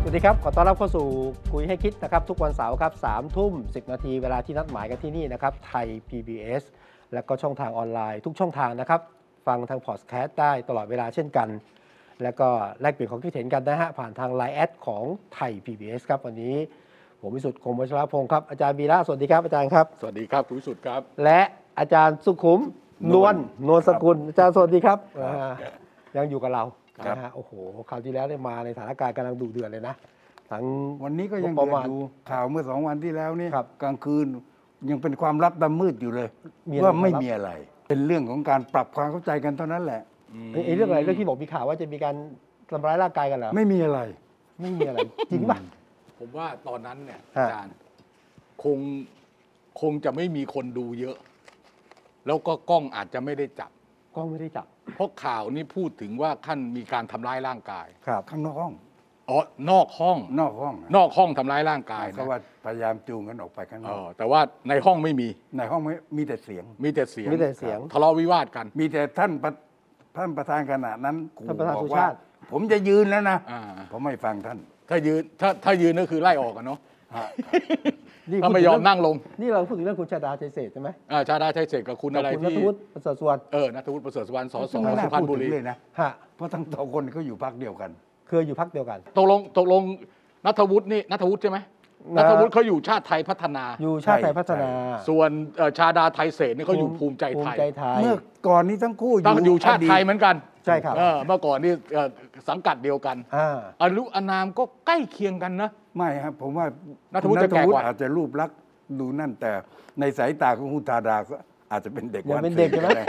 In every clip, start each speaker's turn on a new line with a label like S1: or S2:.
S1: สวัสดีครับ ขอต้อนรับเข้าสู่คุยให้คิดนะครับทุกวันเสาร์ครับสามทุ่มสินาทีเวลาที่นัดหมายกันที่นี่นะครับไทย PBS แล้วก็ช่องทางออนไลน์ ทุกช่องทางนะครับ ฟังทางพอดแคสต์ได้ตลอดเวลาเช่นกัน แล้วก็แลกเปลี่ยนความคิดเห็นกันนะฮะผ่านทางไลน์แอดของไทย PBS ครับวันนี้ ผมวิสุทธิ์คมวชรพงศ์ครับอาจารย์บีระสวัสดีครับอาจารย์ครับ
S2: สวัสดีครับ คุณวิสุทธิ์ครับ
S1: และอาจารย์สุขุมน
S2: น
S1: ว
S2: ว
S1: ล
S2: ล
S1: นวลสกุลอาจารย์สวัสดีครับ
S2: ครับ
S1: อ่ายังอยู่กับเรา
S2: ครับ
S1: นะฮะโอ้โหคราวที่แล้วได้มาในสถานการณ์กำลังดุเดือดเลยนะทั้ง
S3: วันนี้ก็ยัง
S1: งบประ
S3: เดือ
S1: มาณ
S3: ดอยู่ข่าวเมื่อสองวันที่แล้วเนี่ย
S1: ครับ
S3: กลางคืนยังเป็นความลับดำมืดอยู่เลย
S1: เยน
S3: ว่าไม่
S1: สหรัฐ
S3: มีอะไร เป็นเรื่องของการปรับความเข้าใจกันเท่านั้นแหละ
S1: เอ้ยเอ้ยเรื่องอะไรเรื่องที่บอกมีข่าวว่าจะมีการทำร้ายร่างกายกันเหรอ
S3: ไม่มีอะไร
S1: ไม่มีอะไร จริงป่ะ
S2: ผมว่าตอนนั้นเนี่ย
S1: ฮะ
S2: อาจารย์คงคงจะไม่มีคนดูเยอะ แล้วก็กล้องอาจจะไม่ได้จับ
S1: กล้องไม่ได้จับ
S2: เพราะข่าวนี่พูดถึงว่าขั้นมีการทำร้ายร่างกาย
S1: ครับ
S3: ข้างนอกห้อง
S2: อ๋อนอกห้อง
S3: นอกห้องอะ
S2: นอกห้องทำร้ายร่างกาย
S3: เขา
S2: นะ
S3: ว่าพยายามจูงกันออกไปข้างน
S2: เอ
S3: อก
S2: อแต่ว่าในห้องไม่มี
S3: ในห้องไม่มีแต่เสียง
S2: มีแต่เสียง
S1: มีแต่เสียง
S2: ทะเลาะวิวาทกัน
S3: มีแต่ท่านประท่านประธานขณะนั้นขู่
S1: ท่านประธาน
S3: บอ
S1: สุ
S3: กว่า
S1: ชาติ
S3: ผมจะยืนแล้วนะ
S2: อ่า
S3: ผมไม่ฟังท่าน
S2: ถ้ายืนถ้าถ้ายืนก็คือไล่ออกกันเนาะถ้า
S1: พูด
S2: ไม่
S1: ถึ
S2: ยอมนั่งลง
S1: นี่เราพูดถึงเรื่องคุณชาดาชัยเศรษฐ์ใช่ไหม
S2: อ่าชาดาชัยเศรษฐ์กับคุณ
S1: กั
S2: อะไร
S1: คุณนั
S2: ที่
S1: ทวุฒิประเสริฐสวน
S2: เออนัทวุฒิประเสริฐสุวรรณสส
S3: ไม่น่า
S2: สุพรรณ
S3: พูด
S2: บุ
S3: ถึ
S2: รี
S3: งเลยนะ
S1: ฮะ
S3: เพราะทั้งสองคนเขาอยู่พักเดียวกัน
S1: เคยอยู่พักเดียวกัน
S2: ตกลงตกลงนัทวุฒินี่นัทวุฒิใช่ไหม
S1: นะ
S2: นัทวุฒิเขาอยู่ชาติไทยพัฒนา
S1: อยู่ชาติไทยพัฒนา
S2: ส่วนเอ่อชาดาไทยเศรษฐ์นี่เขาอยู่ภูมิใจ
S1: ภู
S2: ไท
S1: มิ
S2: ย
S1: ใจไทย
S3: เมื่อก่อนนี้ทั้งคู่
S2: ตั้งอยู่ชาติไทยเหมือนกัน
S1: ใช่ครับ
S2: เออเมื่อก่อนนี่เอ่อสังกัดเดียวกัน
S1: อ่า
S2: อายุอานามก็ใกล้เคียงกันนะ
S3: ไม่ครับผมว่า
S2: นัทวุฒิจะแก่กว่า
S3: อาจจะรูปลักษณ์ดูนั่นแต่ในสายตาของคุณธาดาก็อาจจะเป็นเด็ก
S1: ยัง
S3: วั
S1: เป็นเด็กใช่ไหม
S3: ด้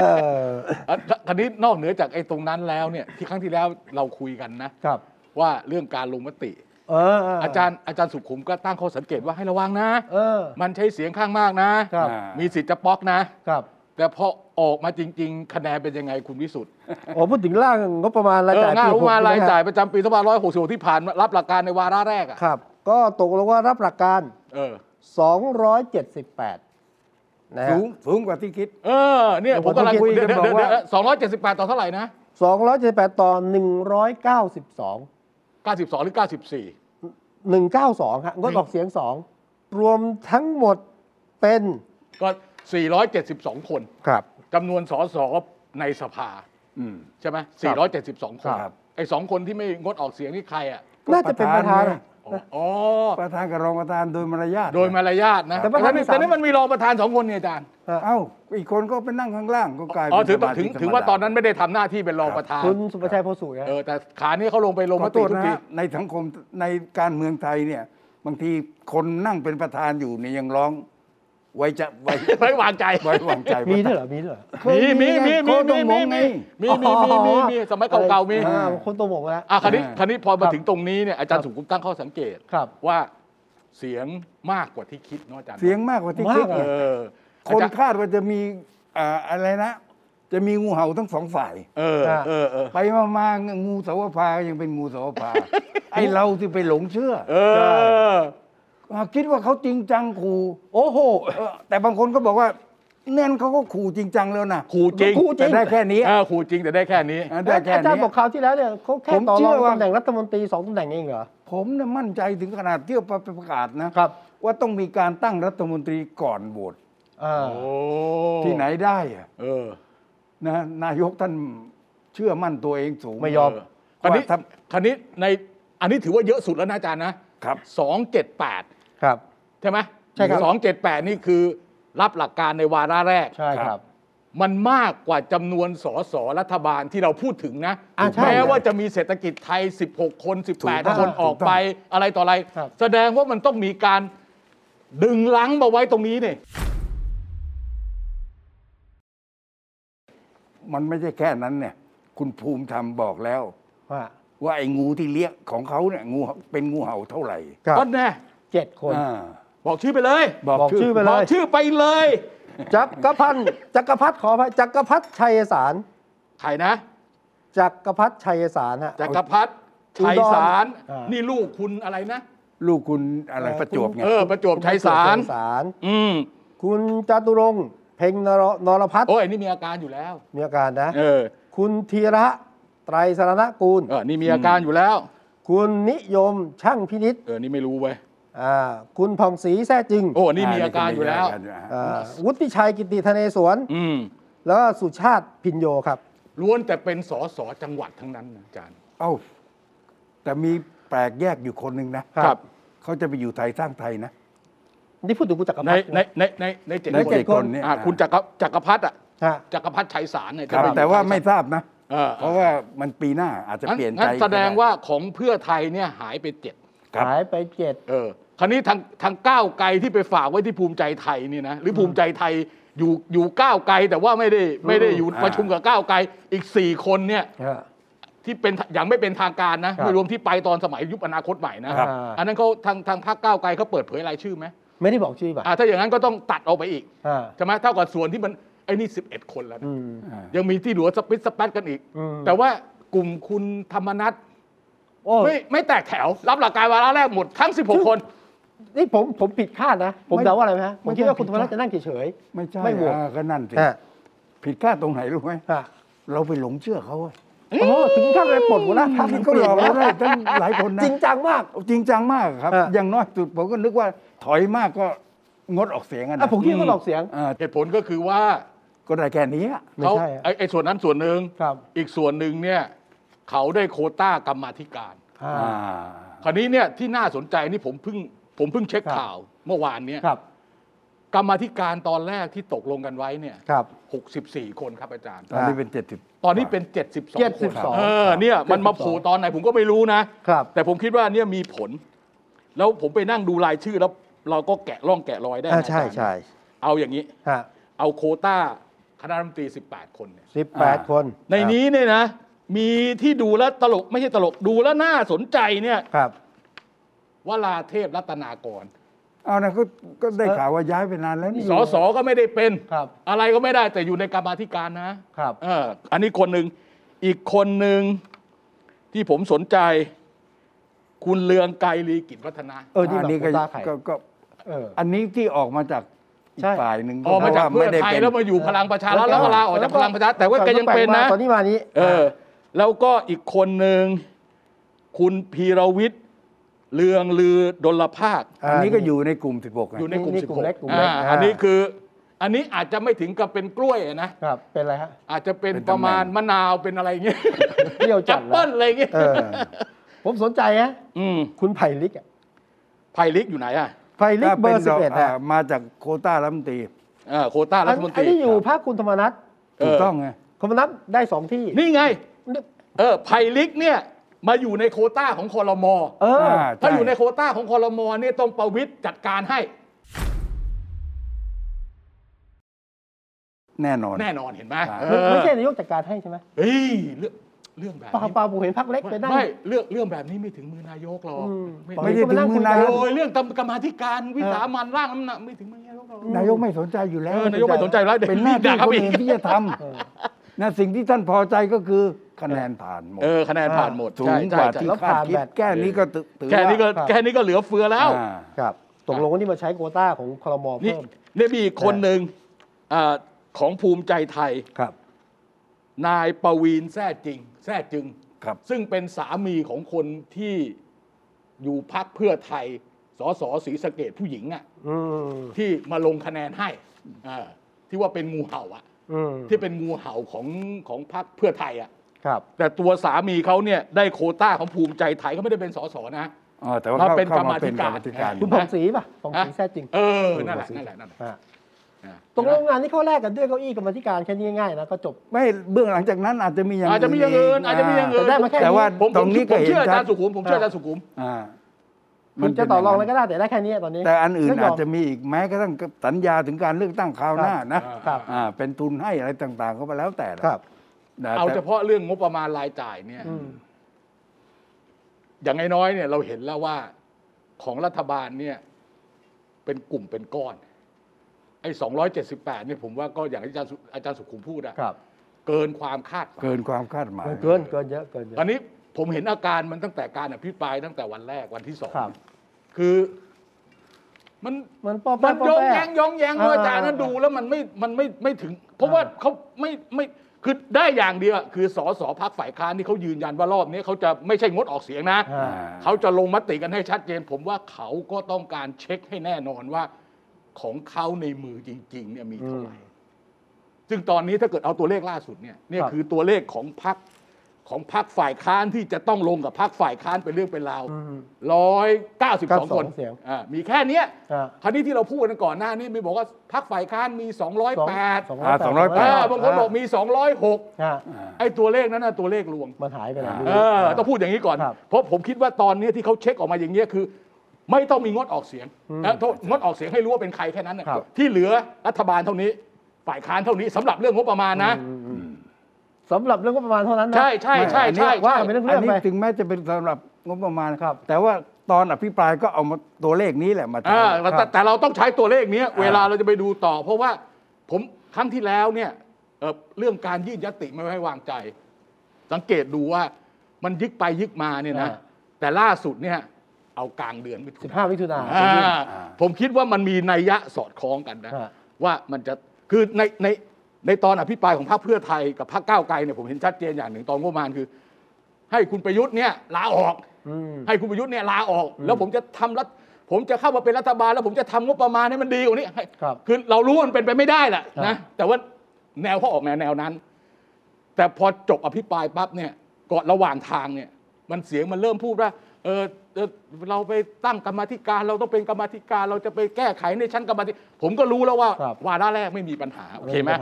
S1: เออ
S2: อ่ะคันนี้นอกเหนือจากไอ้ตรงนั้นแล้วเนี่ยที่ครั้งที่แล้วเราคุยกันนะ
S1: ครับ
S2: ว่าเรื่องการลงมติ
S1: เออเอา
S2: จารย์อาจารย์สุขุมก็ตั้งข้อสังเกตว่าให้ระวังนะ
S1: เออ
S2: มันใช้เสียงข้างมากนะ
S1: ครับ
S3: อ่า
S2: มีสิทธิ์จะป๊อกนะ
S1: ครับ
S2: แต่พอออกมาจริง ๆ คะแนนเป็นยังไงคุณวิสุทธ
S1: โอ้พูดถึงร่างงบประมาณราย
S2: เออ
S1: จ่าย
S2: หน้า
S1: ปี
S2: รู้มา
S1: หก
S2: ราย
S1: นะฮะ
S2: จ่ายประจำปี2566 ที่ผ่านมารับหลักการในวาระแรกอ่ะ
S1: ครับ ก็ตกลงว่ารับหลักการ
S2: เออ
S1: 278 นะฮะ
S3: สูงสูงกว่าที่คิด
S2: เออ เนี่ย
S1: เดี๋
S2: ผ
S1: ยวผม
S2: มกำลั
S1: ต้
S2: ง
S1: องคุย
S2: เดี๋ยว
S1: กัน
S2: เดี๋ยว
S1: บอกว่า
S2: เดี๋ยวสองร้อยเจ็ดสิบแปดต่อเท่าไหร่นะ
S1: 278 ต่อ 192
S2: เก้าสิบสองหรือเก้าสิบสี่
S1: 192ฮะงดออกเสียง 2 รวมทั้งหมดเป็น
S2: ก็สี่ร้อยเจ็ดสิบสองคน
S1: ครับ
S2: จำนวนสสในสภา
S3: อืม
S2: ใช่ไหมสี่ร้อยเจ็ดสิบสองคน
S3: ครับ
S2: ไอ้สองคนที่ไม่งดออกเสียงนี่ใครอ่ะ
S1: น่าจะเป็นประธานอะ
S2: อ๋ออ๋อ
S3: ประธานกับรองประธานโดยมารยาท
S2: โดยมารยาทนะ
S1: แต่ประธานที่สาม
S2: แต่นี่มันมีรองประธานสองคนเนี่ยอาจารย์
S3: เอ้าอีกคนก็ไปนั่งข้างล่างก็กลายเป็น
S2: อ๋อถึง
S3: สมชิ
S2: ถึ
S3: ก
S2: ง
S3: ธรรมด
S2: ถึงว่าตอนนั้นไม่ได้ทำหน้าที่เป็นรองประธาน
S1: คุณสุประชัยโพสุนะ
S2: เออแต่ขานี่เขาลงไปลง
S3: ข
S2: ม
S3: อโท
S2: ติ
S3: ษ
S2: ทุก
S3: นะ
S2: ที
S3: ฮะในสังคมในการเมืองไทยเนี่ย บางทีคนนั่งเป็นประธานอยู่เนี่ยยังร้อง ไว้จะไว้
S2: ไว้วางใจ
S3: ไว้วางใจ
S1: มีด้วยเหรอ มีด้วยเหรอ
S3: เค
S2: มี
S3: ย
S2: มี
S3: ไง
S2: มีมี
S3: โคด
S2: มี
S3: งม
S2: มีมีมีมีมีมี
S3: งไง
S2: มีสมัยเก่าๆมี
S1: อ่คนตัวหมงแล้ว
S2: อ่ะคันนี้
S3: อ่า
S2: คันนี้พอ
S1: ค
S2: มา
S1: รับ
S2: ถึงตรงนี้เนี่ยอาจารย์สุขุมตั้งข้อสังเกต
S1: ครับ
S2: ว่าเสียงมากกว่าที่คิดเนาะอาจารย์
S3: เสียงมากกว่าที่คิด
S1: มากห
S2: เอ
S1: ร
S2: อ
S3: ค
S2: อา
S3: น
S2: จารย์
S3: คาดว่าจะมีอ่าอะไรนะ จะมีงูเห่าทั้งสองฝ่าย
S2: เออเออเออ
S3: ไปมามางูเสาวภายังเป็นงูเสาวภา ไอเราที่ไปหลงเชื่อ
S2: เออ
S3: อ่าคิดว่าเขาจริงจังขู่
S1: โอ้โห
S3: เออแต่บางคนก็บอกว่าแน่นเขาก็ขู่จริงจังแล้วนะ
S2: ขู่จริง
S1: ขู่จริ
S3: แต่
S1: ง
S3: ได้แค่นี้
S2: เออขู่จริงแต่ได้แค่นี้
S3: อ่าได้
S1: อา
S3: แค่
S1: จาร
S3: นี้
S1: ย์บอกคราวที่แล้วเนี่ยเขาแค่
S3: ผม
S1: ต่อ
S3: เชื่
S1: รอง
S3: อว่า
S1: ตำแหน่งรัฐมนตรีสองตำแหน่งเองเหรอ
S3: ผมนะมั่นใจถึงขนาดเที่ยวไปประกาศนะครับ ว่าต้องมีการตั้งรัฐมนตรีก่อนโหวต
S1: อ่า
S2: โอ้
S3: ที่ไหนได้อะ
S2: เออ
S3: นะนายกท่านเชื่อมั่นตัวเองสูง
S1: ไม่ยอม
S2: คันนี้
S3: ว่าถ้า
S2: คันนี้ในอันนี้ถือว่าเยอะสุดแล้วนะอาจารย์นะครับ สองเจ็ดแปด
S1: ครับ
S2: ใช่ไหม
S1: ใช่ครับ
S2: สองเจ็ดแปดนี่คือรับหลักการในวาระแรก
S1: ใช่ค
S3: ครั
S1: รับ
S3: บ
S2: มันมากกว่าจำนวนสสรัฐบาลที่เราพูดถึงนะ
S1: อ่ะใช่
S2: แม้ว่าจะมีเศรษฐกิจไทย 16 คน
S3: ถูกต้
S2: 18
S3: อง
S2: คน
S3: ถูกต้อง
S2: ออกไปอะไรต่ออะไร
S1: ครับ
S2: แสดงว่ามันต้องมีการดึงล้างมาไว้ตรงนี้เนี่ย
S3: มันไม่ใช่แค่นั้นเนี่ย คุณภูมิธรรมบอกแล้ว
S1: ว่า
S3: ว่าไอ้งูที่เลี้ยงของเขาเนี่ยงูเป็นงูเห่าเท่าไหร่
S1: ครับ
S2: ก็แน่
S1: เจ็ดคน
S3: อ่า
S2: บอกชื่อไปเลย
S1: บอกชื่อไป
S2: บ
S1: เล
S2: อก
S1: ย
S2: ชื่อไปเลย
S1: จักรพันธ์จักรพัฒขออภัยจักรพัฒชัยสาร
S2: ใครนะ
S1: จักรพัฒชัยสารฮะ
S2: จักรพัฒน์ชัยสาร
S1: อุดร
S2: นี่ลูกคุณอะไรนะ
S3: ลูกคุณอะไรประจวบไง
S2: เออ ประจวบชัยสาร
S1: คุณประจวบชัยสาร
S2: อืม
S1: คุณจตุรงค์เพ็งนรนรพัฒน์
S2: โอ้ยนี่มีอาการอยู่แล้ว
S1: มีอาการนะ
S2: เออ
S1: คุณธีระไตรสรณกูล
S2: เออ นี่มีอาการอยู่แล้ว
S1: คุณนิยมช่างพินิษ
S2: เออ นี่ไม่รู้เว้ย
S1: อ่าคุณผ่องศรีแท้จึง
S2: โอ้ นี่มีอาการอยู่แล้ว
S3: าการ
S1: อ่าวุฒิชัยกิติธเนศวร
S2: อืม
S1: แล้วก็สุชาติพินโยครับ
S2: ล้วนแต่เป็นสสจังหวัดทั้งนั้นนะอาจารย์
S3: เอ้า แต่มีแปลกแยกอยู่คนหนึ่งนะครับ เขาจะไปอยู่ไทยสร้างไทยนะ
S1: นี่พูดถึงคุณจักร
S2: ใน
S1: พัฒ
S2: ในในในในเจ็ด
S3: ใน
S2: ค
S3: เจ็
S2: น
S3: ดคนเนี่ย
S2: อ่ะคุณจักรจักรพัฒน์อ่ะ
S1: ฮะ
S2: จักรพัฒน์ชัยสารเนี่ย
S3: ครับ
S2: จะปอยู่
S3: แต่ว่าไม่ทราบนะ
S2: เออ
S3: เพราะว่ามันปีหน้าอาจจะ
S2: งั้
S3: เปลี่ยนใจ
S2: งั้แสดง
S3: ก็ไ
S2: ว่าของเพื่อไทยเนี่ยหายไปเจ็ด
S3: ครับ
S1: หายไปเจ็ด
S2: เออคราวนี้ทางทางก้าวไกลที่ไปฝากไว้ที่ภูมิใจไทยนี่นะหรือภูมิใจไทยอยู่อยู่ก้าวไกลแต่ว่าไม่ได้ไม่ได้อยู่
S3: อ่า
S2: ประชุมกับก้าวไกลอีก 4 คนเนี่ยที่เป็นอย่างไม่เป็นทางการนะครับ ไม่รวมที่ไปตอนสมัยยุบอนาคตใหม่นะครับ อันนั้นเขาทางทางพรรคก้าวไกลเขาเปิดเผยรายชื่อไหม
S1: ไม่ได้บอกชื่อป่ะ
S2: อ่าถ้าอย่างนั้นก็ต้องตัดออกไปอีก
S1: อ่า
S2: ใช่ไหมเท่ากับส่วนที่มันไอ้นี่ 11 คนแล้วนะ
S1: อืม
S3: อ่า
S2: ยังมีที่เหลือสปิดสแปดกันอีก
S1: อืม
S2: แต่ว่ากลุ่มคุณธรรมนัฐ
S1: โอ้
S2: ไม่ไม่แตกแถว รับหลักการวาระแรกหมดทั้ง 16 คน
S1: นี่ผมผมผิดคาดนะ ผม
S3: ไม่
S1: เดาว่าอะไรไหมฮะผมคิดว่า
S3: ไม่ใช่
S1: คุณธรรมนัฐจะนั่งเฉย
S3: ไม่ใช่
S1: ไม่โหวต
S3: อ่าก็นั่นสิ
S1: ๆฮะ
S3: ผิดคาดตรงไหนรู้ไหม
S1: ฮะ
S3: เราไปหลงเชื่อเขาอะ
S1: โอ้ถึงขั้นเลยปลดหัวหน้าพรรค
S3: มัน
S1: ก็
S3: ก็หล
S1: เป
S3: อ
S1: ลี่ย
S3: ก
S1: น
S3: เรา
S1: นะ
S3: ได้ตั้งหลายคนนะ
S1: จริงจังมาก
S3: จริงจังมากครับ
S1: อ่ะ
S3: อย่างน้อยสุดผมก็นึกว่าถอยมากก็งดออกเสียงอะ
S1: อ่ะ
S3: นะ
S1: ผมคิดว่าหลอกเสียง
S3: อ่า
S2: เหตุผลก็คือว่า
S3: ก็ได้แค่นี้อะ
S1: ไม่
S2: เขา
S1: ใช่อะ
S2: ไอ้ไอ้ส่วนนั้นส่วนหนึ่ง
S1: ครับ
S2: อีกส่วนหนึ่งเนี่ยเขาได้โควต้ากรรมาธิการ
S1: อ่า
S3: อ่า
S2: คราวนี้เนี่ยที่น่าสนใจนี่ผมเพิ่งผมเพิ่งเช็ค
S1: ครับ
S2: ข่าวเมื่อวานเนี่ย
S1: ครับ
S2: กรรมาธิการตอนแรกที่ตกลงกันไว้เนี่ย
S1: ครับ
S2: 64 คนครับอาจารย์
S3: ตอนนี้เป็นเจ็ดสิบ
S2: ตอนนี้เป็น 72 คน
S1: 72
S2: เออเนี่ยมันมาโผล่ตอนไหนผมก็ไม่รู้นะ
S1: ครับ
S2: แต่ผมคิดว่าเนี่ยมีผล แล้วผมไปนั่งดูรายชื่อแล้ว เราก็แกะร่องแกะรอยได้นะ
S1: อ่าใช่
S2: อาจารย์
S1: ใช่
S2: เอาอย่างนี้
S1: ฮะ
S2: เอาโควต้าคณะรัฐมนตรี 18 คนเนี่ย
S1: สิบแปด
S3: อ่า
S1: คน
S2: ในนี้เนี่ยนะ มีที่ดูแล้วตลกไม่ใช่ตลกดูแล้วน่าสนใจเนี่ย
S1: ครับ
S2: วลาเทพรัตนากร
S3: เอานะก็ก็ได้ข่าวว่าย้ายไปนานแล้วนี่
S2: สอสอก็ไม่ได้เป็น
S1: ครับ
S2: อะไรก็ไม่ได้แต่อยู่ในกรรมาธิการนะครับ เอออันนี้คนหนึ่งอีกคนหนึ่งที่ผมสนใจ คุณเลืองไกรลีกิจวัฒนะ
S1: เออนี่
S3: อั
S1: แบบ
S3: นี้
S1: โค
S3: ก็
S1: ต้าไข่
S3: ก็ก็
S1: เออ
S3: อันนี้ที่ออกมาจากอี
S1: ใช่
S3: กฝ่ายหนึ่ง
S2: ออกมาจาก
S3: พระ
S2: เพื่อไทย
S3: เป็น
S2: แล้วมาอยู่พลังประชารัฐแล้วก็ลาออกจากพลังประชารัฐแต่ว่าแกยังเป็นนะ
S1: ตอนนี้มานี้
S2: เออแล้วก็อีกคนหนึ่งคุณพีรวิทย์เลืองลือดลภาค
S3: อันนี้ก็อยู่ในกลุ่ม 16
S2: อยู่ในกลุ่ม
S1: นี่
S2: สิบ
S1: กลุ่
S2: ห
S1: ม
S2: ก
S1: เล็กกลุ่มเล็ก
S2: อ่า
S1: อ่า
S2: อันนี้คืออันนี้อาจจะไม่ถึงกับเป็นกล้วยอะนะ
S1: ครับ เป็นอะไรฮะ
S2: อาจจะเป็นประมาณมะนาวเป็นอะไรอย่างเงี้ย
S1: เปรี้ยวจั
S2: แอ
S1: ด
S2: ป
S1: แล้ว
S2: เปิ้ลอะไรอย่างเงี้ย
S1: เออ ผมสนใจฮะ
S2: อืม
S1: คุณไผ่ลิกอะ
S2: ไผ่ลิกอยู่ไหนอ่ะ
S1: ไผ่ลิกเบอร์สิบเอ็ด
S3: า
S1: อะ
S3: มาจากโควต้ารัฐมนตรี
S2: เออโควต้า
S1: อั
S2: รั
S1: น
S2: ฐมนต
S1: อัน
S2: รี
S1: นี้อยู่ภาคคุณธรรมนัฐ
S2: เออ
S3: ถูกต้องไง
S1: ธรรมนัฐได้สองที่
S2: นี่ไง เออไผ่ลิกเนี่ยมาอยู่ในโควต้าของคอรมอ
S1: เออ
S3: ใช่
S2: ถ้าอยู่ในโควต้าของคอรมอเนี่ยต้องประวิตยจัดการให้
S3: แน่นอน
S2: แน่นอนเห็นไหม
S3: ครับ
S2: เอ
S1: ไม่
S2: อ
S1: ไม่ใช่นายกจัดการให้ใช่ไหม
S2: เฮ้ยเรื่องเรื่องแบบ
S1: เปล่า
S2: นี้
S1: เปล่าผมเห็นพักเล็กไปนั่ง
S2: ไม่เรื่องเรื่องแบบนี้ไม่ถึงมือนายกหรอก
S1: อืม
S2: ไม่
S3: ไม่ได้ถึงมือนายก
S2: โดยเรื่องกรรมาธิการวิสามันร่างน้ำหนักไม่ถึงมือนายกหรอก
S3: นายกไม่สนใจอยู่แล้ว
S2: เออนายกไม่สนใจแล้วเดี๋ยว
S3: เป็นหน้าที่
S2: ด่า
S3: คน
S2: อีก
S3: อื่นที่จะทำนะสิ่งที่ท่านพอใจก็คือคะแนนผ่านหมด
S2: เออคะแนนผ่านหมด
S3: สู
S2: ใช่
S3: งกว่า
S2: ใช่
S3: ที่
S2: ใช่
S3: คาดคิด
S1: แล้วผ่านแบบ
S3: แก้นี้ก็ถือถือ
S2: แค่นี้ก็
S1: ครับ
S2: แค่นี้ก็เหลือเฟือแล้ว
S3: อ่า
S1: ครับ ตกลงว่านี่มาใช้โควต้าของคลม
S2: นี่
S1: เพิ่ม
S2: นี่มีอีกคนหนึ่งอ่าของภูมิใจไทย
S1: ครับ
S2: นายประวีนแท้จริงแท้จึง
S3: ครับ
S2: ซึ่งเป็นสามีของคนที่อยู่พักเพื่อไทย สสศรีสะเกดผู้หญิงอ่ะ
S1: อืม
S2: ที่มาลงคะแนนให้อ่าที่ว่าเป็นงูเห่าอ่ะ
S1: อืม
S2: ที่เป็นงูเห่าของของพักเพื่อไทยอ่ะ
S1: ครับ
S2: แต่ตัวสามีเขาเนี่ยได้โควต้าของภูมิใจไทยเขาไม่ได้เป็นสสนะ
S3: อ๋อแต่ว่า
S2: มา
S3: เข้า
S2: เป็น
S3: เข้าก
S2: รร
S3: มา
S2: มาธิ
S3: เป็นกรรมาธิกา
S2: การ ร
S1: คุณผ่องศรีป่ะผ่องศรีแท้จริง
S2: เออนั่นแหละนั่นแหละนั่นแหละ
S1: อ่า
S2: อ่ะ
S1: ตกลงงานที่เขาแลกกันด้วยเก้าอี้กรรมาธิการแค่นี้ง่ายๆนะก็จบ
S3: ไม่เบื้องหลังจากนั้นอาจจะมีอย่าง
S2: อาจจะมีอย่างอื่นอาจจะมีอย่างอื่น
S1: แต่ได้มาแค่นี้
S3: แต่ว่า
S2: ผม
S3: ต
S2: ผ
S3: รง
S2: ม
S3: นี้
S2: ผ
S3: ก็
S2: ม
S3: เห็น
S2: เชื่ออาจารย์
S3: ชั
S2: สุ
S3: ด
S2: ขุมผมเชื่ออาจารย์สุขุม
S3: อ่ามั
S1: คุณจะต่อรองอะไร
S3: เป็นย่า
S1: ก็ได้แต่ได้แค่นี้ตอนนี้
S3: นั้นแต่อันอื่น
S1: ไม่ย
S3: อา
S1: ม
S3: จจะมีอีกแม้กระทั่งกับสัญญาถึงการเลือกตั้งคราวหน้านะครับ อ่าเป็นทุนให้อะไรต่างๆ ก็ไปแล้วแต่ละ
S1: ครับ
S3: นะ
S2: เอา
S3: แต่
S2: เฉพาะเรื่องงบประมาณรายจ่ายเนี่ย
S1: อืม
S2: อย่างน้อยๆเนี่ยเราเห็นแล้วว่า ของรัฐบาลเนี่ยเป็นกลุ่มเป็นก้อน ไอ้278เนี่ยผมว่าก็อย่างที่อาจารย์สุอาจารย์สุขุมพูดอะ
S1: ครับ
S2: เกินความคาดฝัน
S3: เกินความคาดหมาย
S1: เกินเกินเยอะเกินเยอะ
S2: อันนี้ผมเห็นอาการมันตั้งแต่การอภิปรายตั้งแต่วันแรกวันที่สอง
S1: ครับ
S2: คือ มัน
S1: มันป้อม
S2: มัน
S1: ป้อ
S2: ย้อง
S1: ป้
S2: แยงย้องแยงด้วย
S1: อ่า
S2: อาจารย์นั้นดูแล้วมันไม่มันไม่ไม่ถึง เพราะ
S1: อ่า
S2: ว่าเขาไม่ไม่คือได้อย่างเดียวอะคือสสพักฝ่ายค้านที่เขายืนยันว่ารอบนี้เขาจะไม่ใช่งดออกเสียงนะ
S1: อ่า
S2: เขาจะลงมติกันให้ชัดเจน ผมว่าเขาก็ต้องการเช็คให้แน่นอนว่า ของเขาในมือจริง ๆ เนี่ยมีเท่าไหร่ ซึ่งตอนนี้ถ้าเกิดเอาตัวเลขล่าสุดเนี่ยเนี่ย
S1: ครับ
S2: คือตัวเลขของพักของพักฝ่ายค้านที่จะต้องลงกับพักฝ่ายค้านเป็นเรื่องเป็นราว
S1: อืม
S2: ร้อยเก้าสิบสอง
S1: 92
S2: คน
S1: เสียง
S2: อ่ามีแค่เนี้ย
S1: อ่า
S2: คราวนี้ที่เราพูดกันก่อนหน้านี้มีบอกว่าพักฝ่ายค้านมี
S1: สอง
S2: 208
S3: อ่าสองร้อยแป
S2: อ่า
S3: ด
S2: บางคนบอกมี
S1: อ่า
S2: 206 ไอ้ตัวเลขนั้นนะตัวเลขลวง
S1: มันหายไปไหนไม่
S2: เอ
S1: รู้
S2: อต้องพูดอย่างนี้ก่อน
S1: ครับ
S2: เพราะผมคิดว่าตอนนี้ที่เขาเช็คออกมาอย่างเงี้ยคือ ไม่ต้องมีงดออกเสียง
S1: อืม
S2: นะโทษงดออกเสียงให้รู้ว่าเป็นใครแค่นั้นนะครับ ที่เหลือรัฐบาลเท่านี้ ฝ่ายค้านเท่านี้สำหรับเรื่องงบประมาณนะ
S1: อืมอืมสำหรับเรื่องก็ประมาณเท่านั้นนะ
S2: ใช่ใช่ใช่ใช่
S1: ว่า
S2: ใช่
S1: ไปเรื่อง
S3: อัน
S1: เรื่อง
S3: นี้
S1: ไป
S3: ถึงแม้จะเป็นสำหรับงบประมาณ
S1: ครับ
S3: แต่ว่าตอนอภิปรายก็เอามาตัวเลขนี้แหละมาทำ
S2: เออแต่แต่แต่เราต้องใช้ตัวเลขเนี้ย
S3: อ่า
S2: เวลาเราจะไปดูต่อ เพราะว่าผมครั้งที่แล้วเนี่ยเอ่อเรื่องการยื่นยติไม่ไว้วางใจ สังเกตดูว่ามันยึกไปยึกมาเนี่ยนะ
S1: อ่า
S2: แต่ล่าสุดเนี่ยเอากลางเดือนมิถุนายน
S1: 15มิถุนายน
S2: อ่าผมคิดว่ามันมีนัยยะสอดคล้องกันนะ
S1: ฮะ
S2: ว่ามันจะคือในในในตอนอภิปรายของพรรคเพื่อไทยกับพรรคก้าวไกลเนี่ยผมเห็นชัดเจนอย่างหนึ่งตอนงบประมาณคือ ให้คุณประยุทธ์เนี่ยลาออก
S1: อืม
S2: ให้คุณประยุทธ์เนี่ยลาออก
S1: อืม
S2: แล้วผมจะทำรัฐผมจะเข้ามาเป็นรัฐบาล แล้วผมจะทำงบประมาณให้มันดีกว่านี้ให้
S1: ครับ
S2: คือเรารู้ว่ามันเป็นไปไม่ได้แหละ
S1: ครับ
S2: นะแต่ว่าแนวเขาออกแนวแนวนั้น แต่พอจบอภิปรายปั๊บเนี่ยก่อนระหว่างทางเนี่ย มันเสียงมันเริ่มพูดว่าเออเออเราไปตั้งกรรมาธิการเราต้องเป็นกรรมาธิการ เราจะไปแก้ไขในชั้นกรรมาธิผมก็รู้แล้วว่า
S1: ครับ
S2: วาระแรกไม่มีปัญหาโอเคไหม
S1: ญา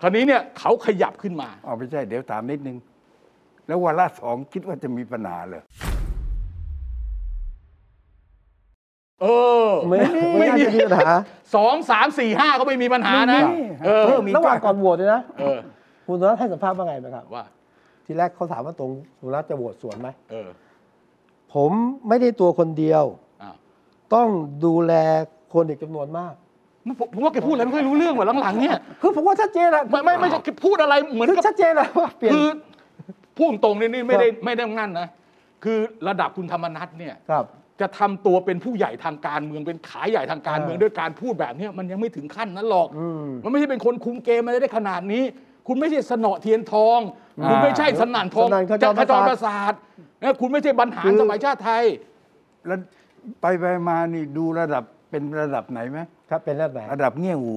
S2: คราวนี้เนี่ยเขาขยับขึ้นมา
S3: เอาไม่ใช่เดี๋ยวถามนิดนึง แล้ววาระสองคิดว่าจะมีปัญหาเหรอ
S2: เออ
S1: ไม่ไม่น่าจะมีปัญหา
S2: สองสามสี่ห้าก็ไม่มีปัญหา
S3: ไม่
S2: นะ
S3: มี
S2: เออ
S3: เพิ่มอีก
S1: ระหว่างก่อนโหวตเลยนะ
S2: เออ
S1: คุณสุรัตน์ให้สัมภาษณ์ว่าไงไหมครับ
S2: ว่า
S1: ทีแรกเขาถามว่าตรงสุรัตน์จะโหวตสวนไหม
S2: เออ
S1: ผมไม่ได้ตัวคนเดียว
S2: อ่ะ
S1: ต้องดูแลคนอีกจำนวนมาก
S2: มันผมผมว่าแกพูดอะไรไม่ค่อยรู้เรื่องว่ะหลังๆเนี่ย
S1: คือผมว่าชัดเจนอะ
S2: ไม่ไม่ไม่ใช่แกพูดอะไรเหมือน
S1: คือ
S2: กับ
S1: ชัดเจนอะว่าเปลี่ยน
S2: คือพูดตรงๆนี่นี่ไม่ได้
S1: ครับ
S2: ไม่ได้งั้นนะ คือระดับคุณธรรมนัทเนี่ย
S1: ครับ
S2: จะทำตัวเป็นผู้ใหญ่ทางการเมืองเป็นขายใหญ่ทางการเมือง
S1: อ่า
S2: ด้วยการพูดแบบเนี้ยมันยังไม่ถึงขั้นนั้นหรอก
S1: อืม
S2: มันไม่ใช่เป็นคนคุมเกมมาได้ขนาดนี้ คุณไม่ใช่สนอเทียนทอง คุณไม่ใช่สนั่นทอง
S1: สนั่นขจร
S2: ข
S1: ประสาท
S2: จรประสาทนะคุณไม่ใช่บรรหาร
S3: คือ
S2: สมัยชาติไทย
S3: แล้วไปไปมานี่ดูระดับเป็นระดับไหนไหม
S1: ครับเป็นแบบไหน
S3: ระดับเงี่ยหู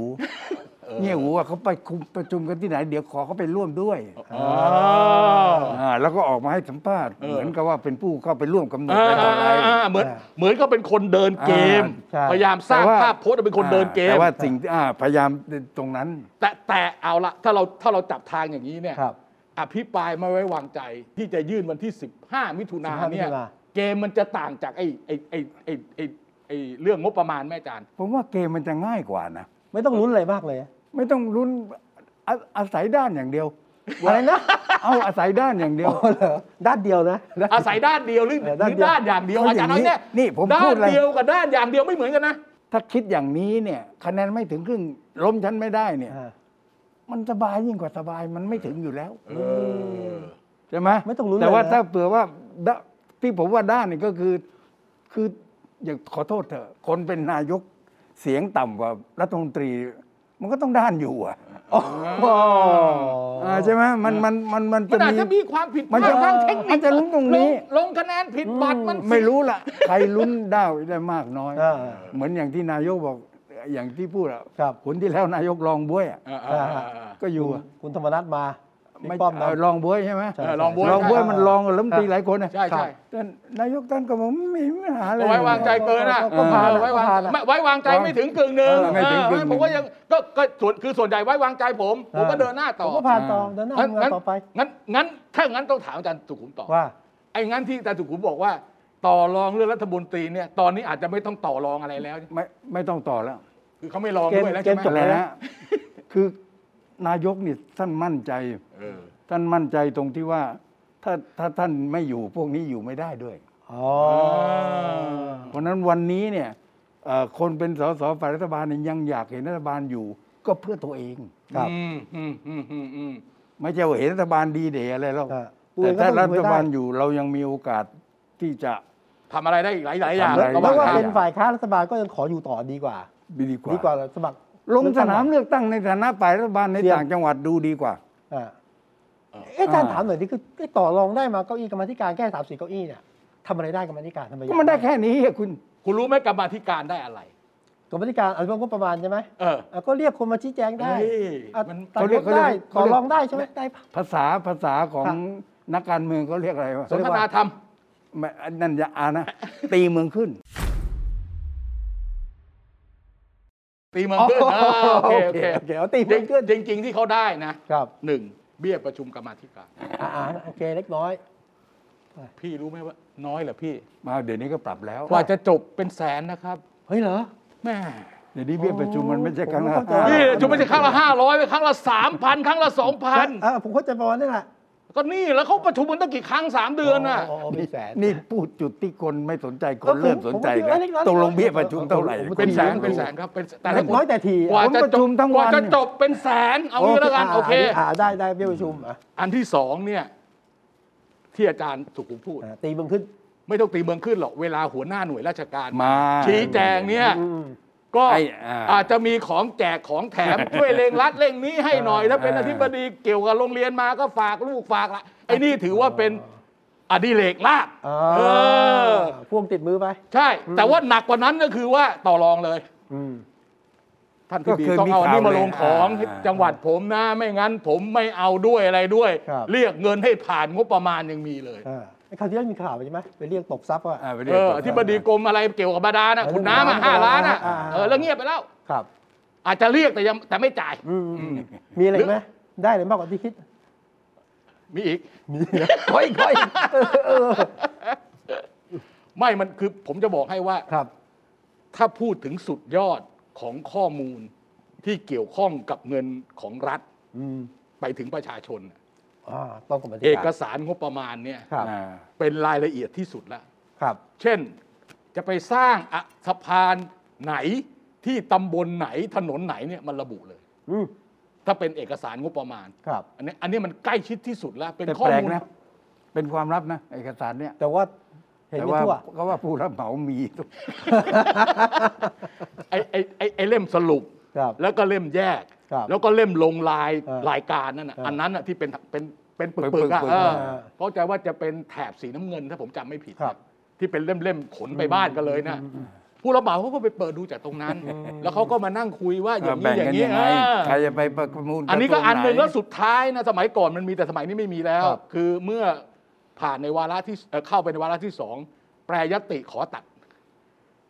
S3: เงี่ยหูว่าเขาไปคุมประชุมกันที่ไหน เดี๋ยวขอเขาไปร่วมด้วยาแล้วก็ออกมาให้สัมภาษณ์
S2: เออ
S3: เหมือนกับว่าเป็นผู้เข้าไปร่วมกำหนด
S2: อ่า
S3: อะไรต่ออะไร
S2: อ่าเหมือนเหมือนก็เป็นคนเดินเกม
S3: อ่าใช่
S2: พยายามสร้าง
S3: แต่ว่
S2: ภาพโพสต์ว่าเป็นคนเดินเกม
S3: แต่ว่าสิ่งที่อ่าพยายามตรงนั้น
S2: แต่แต่เอาละถ้าเราถ้าเราจับทางอย่างนี้เนี่ย
S1: ครับ
S2: อภิปรายไม่ไว้วางใจที่จะยื่นวันที่ 15 มิถุนา
S1: 15
S2: เนี่ย
S1: มิถุนา
S2: เกมมันจะต่างจากไอ้ไอ้ไอ้ไอ้ไอ้ไอ้เรื่องงบประมาณแม่อาจารย์
S3: ผมว่าเกมมันจะง่ายกว่านะ
S1: ไม่ต้องลุ้นอะไรมากเลย
S3: ไม่ต้องลุ้นอาอาศัยด้านอย่างเดียว
S1: อะไรนะ
S3: เอาอาศัยด้านอย่างเดียว
S1: อ๋อเหรอด้านเดียวนะ
S2: อาศัยด้านเดียวหรือห
S1: เออด้าน
S2: รือ
S1: เดียว
S2: ด้านอย่างเดียว
S3: เอา
S2: อาจารย์น้อยเนี่ย
S3: อย่างนี้นี่ผม
S2: ด้า
S3: พู
S2: น
S3: ดเลย
S2: เดียวกับด้านอย่างเดียวไม่เหมือนกันนะ
S3: ถ้าคิดอย่างนี้เนี่ย คะแนนไม่ถึงครึ่งล้มฉันไม่ได้เนี่ย
S1: อ่า
S3: มันสบายยิ่งกว่าสบายมันไม่ถึงอยู่แล้ว
S2: เออ
S3: ใช่ไหม
S1: ไม่ต้องลุ้น
S3: แต่
S1: เลย
S3: ว่า
S1: นะ
S3: ถ้าเผื่อว่าด้าที่ผมว่าด้านนี่ก็คือคืออย่าขอโทษเถอะคนเป็นนายกเสียงต่ำกว่ารัฐมนตรี มันก็ต้องด้านอยู่อะาใช่ไหมมันมันมันมัน
S2: มันอาจจะ
S3: จะมี
S2: มีความผิดพ
S3: มัน
S2: ลาด
S3: จะ
S2: ทางเทคนิ
S3: มั
S2: คน
S3: จะลุ้นตรงนี้
S2: ลลงคะแนนผิดบัตรมัน
S3: ไม่รู้ล่ะ ใครลุ้นได้ได้มากน้อย
S1: อ่า
S3: เหมือนอย่างที่นายกบอกอย่างที่พูดอะ
S1: ครับ
S3: ผลที่แล้วนายกรองบ้วยอะ
S2: เออเออเออเออ
S3: ก็อยู่อะ
S1: คุณธรรมนัฐมาบิ๊ก
S3: ไม่
S1: ป้อมนะ
S3: เอ่อรองบ้วยใช่ไหม
S1: ใช่
S2: เออลองบวย
S3: รองบ้วย
S2: ใช่
S3: มันรองกับรัฐมนตรีหลายคนนะ
S2: ใช่ใช่
S3: ท่านนายกท่านก็บอกไม่มีปัญหาเลย
S2: ไว้วางใจเกินนะ
S1: ก็ผ่าน
S2: เออไว้วาง
S1: ก็ผ่านอะ
S2: ไม่ไว้วางใจไม่ถึงกึ่งหนึ่ง
S3: เออไม่ถึ
S2: เออก
S3: งึ่งหนึ่ง
S2: ผมก็ยังก็ก็ส่วนคือส่วนใหญ่ไว้วางใจผม ผมก็
S1: อ่า
S2: เดินหน้าต่
S1: ผ
S2: อ
S1: มก็ผ่านต่อเดินหน้าทำงานต่อไป
S2: งั้นงั้นถ้างั้นต้องถามอาจารย์สุขุมต่อ
S1: ว่า
S2: ไอ้งั้นที่อาจารย์สุขุมบอกว่า ต่อรองเรื่องรัฐมนตรีเนี่ยตอนนี้อาจจะไม่ต้องต่อรองอะไรแล้ว
S3: ไม่ไม่ต้องต่อแล้ว
S2: คือเขาไม่รองด้วยแล้วใช่ไห
S1: เก
S2: ม
S1: มจบ
S3: อะไรนะ คือนายกนี่ท่านมั่นใจ
S2: เออ
S3: ท่านมั่นใจตรงที่ว่า ถ้าถ้าท่านไม่อยู่พวกนี้อยู่ไม่ได้ด้วย
S1: อ๋ อ๋อ
S3: เพราะฉะนั้นวันนี้เนี่ยเอ่อคนเป็นสสฝ่ายรัฐบาลเนี่ยยังอยากเห็นรัฐบาลอยู่ ก็เพื่อตัวเอง
S1: ครับ
S2: อืมอืมอืมอืมอืม
S3: ไม่ใช่ว่าเห็นรัฐบาลดีเดย์อะไรหรอก
S1: อ่ะ
S3: แต่ถ้ารัฐบาล
S1: พูด
S3: อยู่เรายังมีโอกาสที่จะ
S2: ทำอะไรได้อีกหลายหลายๆอย่าง
S3: ทำอะไร
S1: ง่ายๆ
S3: ได้
S2: ระห
S1: ไม่
S2: ว่าง
S1: ว่า
S2: ทาง
S1: เป็นฝ่ายค้านรัฐบาลก็ยังขออยู่ต่อดีกว่า
S3: ดีกว่า
S1: ดีกว่าสมัคร
S3: ลงสนามเลือกตั้งในฐานะฝ่ายรัฐบาลในต่างจังหวัดดูดีกว่า
S1: อ่ะเอ๊ะอาจารย์ถามหน่อยดิคือไอ้ต่อรองได้มาเก้าอี้กรรมาธิการแค่สามสี่เก้าอี้เนี่ยทำอะไรได้กรรมาธิการทำไมอยา
S3: ก็มันได้แค่นี้อะคุณ
S2: คุณรู้ไหมกรรมาธิการได้อะไร
S1: กรรมาธิการเอาเรื่องงบประมาณใช่ไหม
S2: เออ
S1: อ่ะก็เรียกคนมาชี้แจงได้
S2: เฮ้ย
S1: อ่ะ
S2: มัน
S1: ตัด
S3: เขาเรี
S1: ง
S3: ยก
S1: บ
S3: เขาเรีย
S1: ได้
S3: ก
S1: ต่อรองได้ใช่ไหม
S3: เขาเรียก
S1: ได้ปะ
S3: ภาษาภาษาของ
S1: ครับ
S3: นักการเมืองเขาเรียกอะไรวะ
S2: สนท
S1: เรียกว่า
S2: นาธรรม
S3: ไม่นั่นอย่าอ่านนะ ตีเมืองขึ้น
S2: ตีเมืองขึ้น
S1: อ๋อ
S2: เออโอเค
S1: โอ
S2: โอ
S1: เค
S2: เค
S1: โอเคเอาตีเมืองขึ้น
S2: จริงจริง ๆ ที่เขาได้นะครับ หนึ่งเบี้ยประชุมกรรมาธิการ
S1: อ่าๆโอเคเล็กน้อย
S2: พี่รู้ไหมว่าน้อยเหรอพี่
S3: มาเดี๋ยวนี้ก็ปรับแล้ว
S2: กว่าจะจบเป็นแสนนะครับ
S1: เฮ้ยเหรอ
S2: แม่
S3: เดี๋ยวนี้เบี้ยประชุมมันไม่ใช่ครั้งละ
S1: ผมเข้าใจ
S3: ห้า
S2: นี่ชุมไม่ใช่ครั้งละห้าร้อยครั้งละสามพันครั้งละสองพัน
S1: อ่ะผมเข้าใจประมาณนั้นแหละ
S2: ก็นี่แล้วเขาประชุมมันตั้งกี่ครั้งสามเดือนน่ะ
S1: อ๋อมีแสน
S3: นี่พูดจุดที่คนไม่สนใจค
S1: ก็ผ
S3: น
S1: ม
S3: เริ่มสนใจ
S1: ผมคิด
S3: แล้ว
S1: ว่าเล็กน้อย
S3: ตกลงเบี้ยประชุมเท่าไหร่
S1: ผมผม
S2: เป็นแสน
S3: คุณ
S2: เป็นแสน
S3: รู้
S2: ครับเป็นแสนแต่
S1: เล็
S2: ถ้าก ก
S1: น้อยแต่ที
S2: ว่าจะ
S3: ผมประ
S2: จ
S3: ชุ
S2: บ
S3: มทั้ง
S2: กว่า
S3: วัน
S2: จะ
S3: เนี่ย
S2: จบเป็นแสนเอางี้แล้วกันโอเค
S1: ะะได้ได้เบี้ยประชุมอ่ะ
S2: อันที่สองเนี่ยที่อาจารย์สุขุมพูด
S1: อ่ะตีเมืองขึ้น
S2: ไม่ต้องตีเมืองขึ้นหรอกเวลาหัวหน้าหน่วยราชการ
S3: มา
S2: ชี้แจงเนี่ยก็
S3: ไอ้อ่า
S2: อาจจะมีของแจกของแถม ช่วยเร่งรัดเร่งนี้ให้หน่อยถ้าเป็นอธิบดีเกี่ยวกับโรงเรียนมาก็ฝากลูกฝากละไอ้นี่ถือว่าเป็นอดิเรกลาบ
S1: อ่า
S2: เออ
S1: พ่วงติดมือไป
S2: ใช่ แต่ว่าหนักกว่านั้นก็คือว่าต่อรองเลย
S1: อืม
S2: ท่านพีบี
S3: ก็เคย
S2: ต้องเอาอัน
S3: มีข่าว
S2: นี้มาลงของ
S3: เลยอ่า
S2: จังหวัดผมนะ ไม่งั้นผมไม่เอาด้วยอะไรด้วย
S1: ครับ
S2: เรียกเงินให้ผ่านงบประมาณยังมีเลย
S1: อ่าไอ้คราวที่แล้วมีข่าวไปใช่ไหมไปเรียกตกทรัพย์
S3: อ่า
S1: อ่ะ
S3: ไปเรียก
S2: เออ
S3: ตัว
S2: อธิบดีกรมอะไรเกี่ยวกับบาดาลนะขุดน้ำอ่ะห้าล้านอ่ะ
S1: อ่า
S2: เออแล้วเงียบไปแล้ว
S1: ครับ
S2: อาจจะเรียกแต่ยังแต่ไม่จ่าย
S1: อืมอืมมีอะไรอีกไหมได้เลยมากกว่าที่คิด
S2: มีอีก
S1: มีค่อยค่อยเออเออ
S2: ไม่มันคือผมจะบอกให้ว่า
S1: ครับ
S2: ถ้าพูดถึงสุดยอดของข้อมูลที่เกี่ยวข้องกับเงินของรัฐ
S1: อืม
S2: ไปถึงประชาชนน่ะ
S1: อ่าต้องกรรมธิ
S2: เอก
S1: การ
S2: สารงบประมาณเนี่ย
S1: ครับ
S3: อ่า
S2: เป็นรายละเอียดที่สุดแล้ว
S1: ครับ
S2: เช่นจะไปสร้างอะสะพานไหนที่ตำบลไหนถนนไหนเนี่ยมันระบุเลย
S1: อืม
S2: ถ้าเป็นเอกสารงบประมาณ
S1: ครับ
S2: อันนี้อันนี้มันใกล้ชิดที่สุดแล้ว เป็น
S3: แต่
S2: ข้อ
S3: แปลก
S2: มูล
S3: นะ เป็นความลับนะเอกสารเนี่ย
S1: แต่ว่าเห็น
S3: แต่
S1: ไม่
S3: ว่า
S1: ทั่ว
S3: ก็ว่าผู้รับเหมามี
S2: ไอ้ไอ้ไอ้ไอ้เล่มสรุป
S1: ครับ
S2: แล้วก็เล่มแยก
S1: ครับ
S2: แล้วก็เล่มลงลาย
S1: เออ
S2: รายการนั่นน่ะ
S1: เอออั
S2: อันนั้นน่ะที่เป็นเป็นเป็นปึกๆอ่ะ
S1: ปึกๆ
S2: เออ
S1: เออ
S2: เข้าใจว่าจะเป็นแถบสีน้ำเงินถ้าผมจำไม่ผิด
S1: ครับ
S2: ที่เป็นเล่มๆขนไปบ้านกันเลยนะผู้รับเหมาเขาก็ไปเปิดดูจากตรงนั้น แล้วเขาก็มานั่งคุยว่าอย่างนี้
S3: แบ่ง
S2: อย่า
S3: กั
S2: น งนี้
S3: ยังไง
S2: เออ
S3: ใครจะไปประมูล
S2: อันนี้ก็
S3: ระทรว
S2: อันหนึ่ง
S3: ไ
S2: แล้วสุดท้ายนะสมัยก่อนมันมีแต่สมัยนี้ไม่มีแล้ว
S1: ครับ
S2: คือเมื่อผ่านในวาระที่เอ่อเข้าไปในวาระที่สองแปรยติขอตัด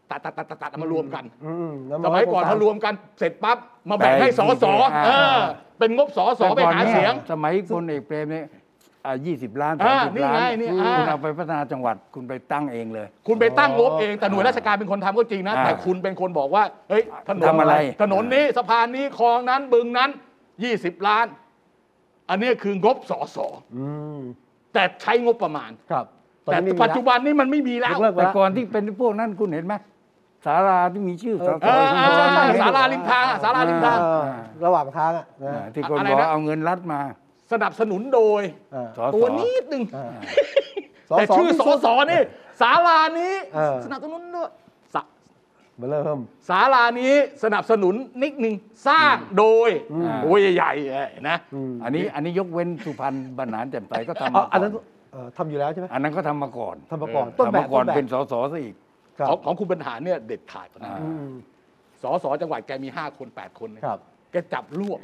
S2: ตัดตัดตัดตัดตัดเอามารวมกัน
S1: อืมแล้ว
S2: สมัยก่อน
S1: ให้
S2: ถ้ารวมกันเสร็จปั๊บมาแบ่งให้สอสอ
S3: อ่า
S2: เออ เป็นงบสอสอไป
S3: แต่ก่น
S2: หา
S3: นี่
S2: เสียง
S3: สมัยพลเอกเปรมเนี่ยยี่สิบล้าน
S2: อ่า
S3: สามสิบ
S2: นี่
S3: ล้าน
S2: ไงนี่อ่า
S3: คุณเอาไปพัฒนาจังหวัดคุณไปตั้งเองเลย
S2: คุณไปตั้งงบเองแต่หน่วยราชการเป็นคนทำก็จริงนะ
S3: อ่า
S2: แต่คุณเป็นคนบอกว่าเฮ้ยถนน
S3: ทำอะไร
S2: ถนนนี้สะพานนี้คลองนั้นบึงนั้น 20 ล้าน อันนี้คืองบสอสอ
S1: อืม
S2: แต่ใช้งบประมาณ
S1: ครับอน
S2: แต่
S1: นี้ไม่มี
S2: ปัจจุ
S1: ละ
S2: บันนี้มันไม่มีแล้
S1: ย
S2: ว
S1: กเลิก
S3: แต่ก่อนที่เป็นพวกนั้นคุณเห็นไหมสาราที่มีชื่อสส
S1: เอ
S2: เออ
S1: อ
S2: เออเออสาราริมทางอะสาราริมทาง
S1: เออระหว่างทางอ่ะนะ
S3: อ่าที่คน
S2: อะไร
S3: บอก
S2: นะ
S3: เอาเงินรัฐมา
S2: สนับสนุนโดย
S1: อ่า
S3: สอสอ
S2: ตัวนิดหนึ่ง
S1: อ่า
S2: แต่ชื่อสอสอนี่สารานี้
S1: เออ
S2: สนับสนุนโดยสา
S1: มาเริ่ม
S2: สารานี้สนับสนุนนิดหนึ่งสร้างโดยโอ้ยใหญ่ๆนะ
S1: อืม
S3: อันนี้อันนี้ยกเว้นสุพรรณบรรหารแจ่มใสก็ทำ
S1: อ๋อ
S3: มา
S1: อันนั้น
S3: ก่อน
S1: เอ่อทำอยู่แล้วใช่ไหม
S3: อันนั้นก็ทำมาก่อน
S1: ทำมาก่อนต้น
S3: ทำ
S1: แบ
S3: มา
S1: บ
S3: ก่อ
S1: ต้
S3: น
S1: นแบบ
S3: เป็นสสซะอีก
S1: ครับ
S2: ของของคุณบรรหารเนี่ยเด็ดขาดกว่านะ
S3: อ่า
S1: อืม
S2: สอสอจังหวัดแกมี 5 คน 8 คนเนี่ย
S1: ครับ
S2: แกจับรวบ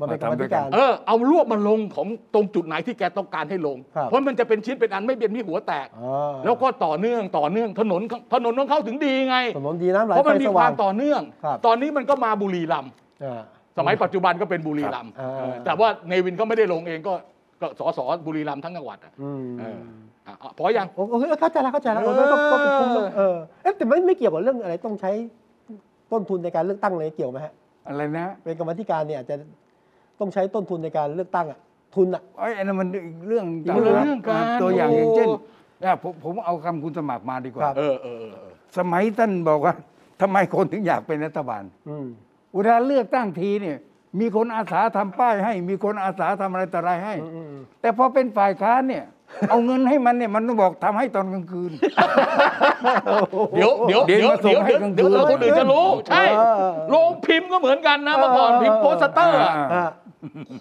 S1: มันเป็นกรรมธิการ
S2: เออเอารวบมาลงของตรงจุดไหนที่แกต้องการให้ลง
S1: ครับ
S2: เพราะมันจะเป็นชิ้นเป็นอันไม่เป็นมีหัวแตก
S1: อ๋อ
S2: แล้วก็ต่อเนื่องต่อเนื่องถนนถนนของเขาถึงดีไง
S1: ถนนดีน้ำไหล
S2: เพราะ
S1: ไฟ
S2: มันมี
S1: สว่าว
S2: คาง มต่อเนื่อง
S1: ครับ
S2: ตอนนี้มันก็มาบุรีรัมย์
S1: อ่า
S2: สมัยปัจจุบันก็เป็นบุรีรัมย์
S1: ครับอ่า
S2: เออแต่ว่าเนวินก็ไม่ได้ลงเองก็ก็สอสอบุรีรัมย์ทั้งจังหวัดอะ
S1: อืม
S2: เอออ่ะอ่ะพอยัง
S1: โอเคเข้าใจแล้วเข้าใจแล้วเออก็ก็เป็นคุมแล้วเออเอ๊ะแต่ไม่ไม่เกี่ยวกับเรื่องอะไรต้องใช้ต้นทุนในการเลือกตั้งเลยเกี่ยวไหมฮะ
S3: อะไรนะ
S1: เป็นกรรมธิการเนี่ยอาจจะต้องใช้ต้นทุนในการเลือกตั้งอ่ะทุนอ่ะ
S3: ไอ้ยอันนั้นมันอีกเรื่อง
S2: อีกเรื่องกัน
S3: ตัวอย่างอย่างเช่น อ่ะผมผมเอาคำคุณสมัครมาดีก
S1: ค
S3: ว่า
S1: รับ
S2: เออเออเออเออ
S3: สมัยท่านบอกว่า ทำไมคนถึงอยากเป็นรัฐบาล
S1: อืม
S3: เวลาเลือกตั้งทีเนี่ย มีคนอาสาทำป้ายให้ มีคนอาสาทำอะไรต่ออะไรให้
S1: อืมอืม
S3: แต่พอเป็นฝ่ายค้านเนี่ย เอาเงินให้มันเนี่ยมันต้องบอกทำให้ตอนกลางคืน
S2: เดี๋ยวเดี๋ยว
S3: เดี๋ยวมาส่งให้
S2: เดี๋ยว
S3: กลางคืน
S2: เดี๋ยวเดี๋ยวคนอื่นจะรู้ใช่
S1: เออเออ
S2: โรงพิมพ์ก็เหมือนกันนะเมื่อก่อน
S1: เออเออ
S2: พิมพ์โปสเตอร์อะ
S3: เออ
S1: อ่า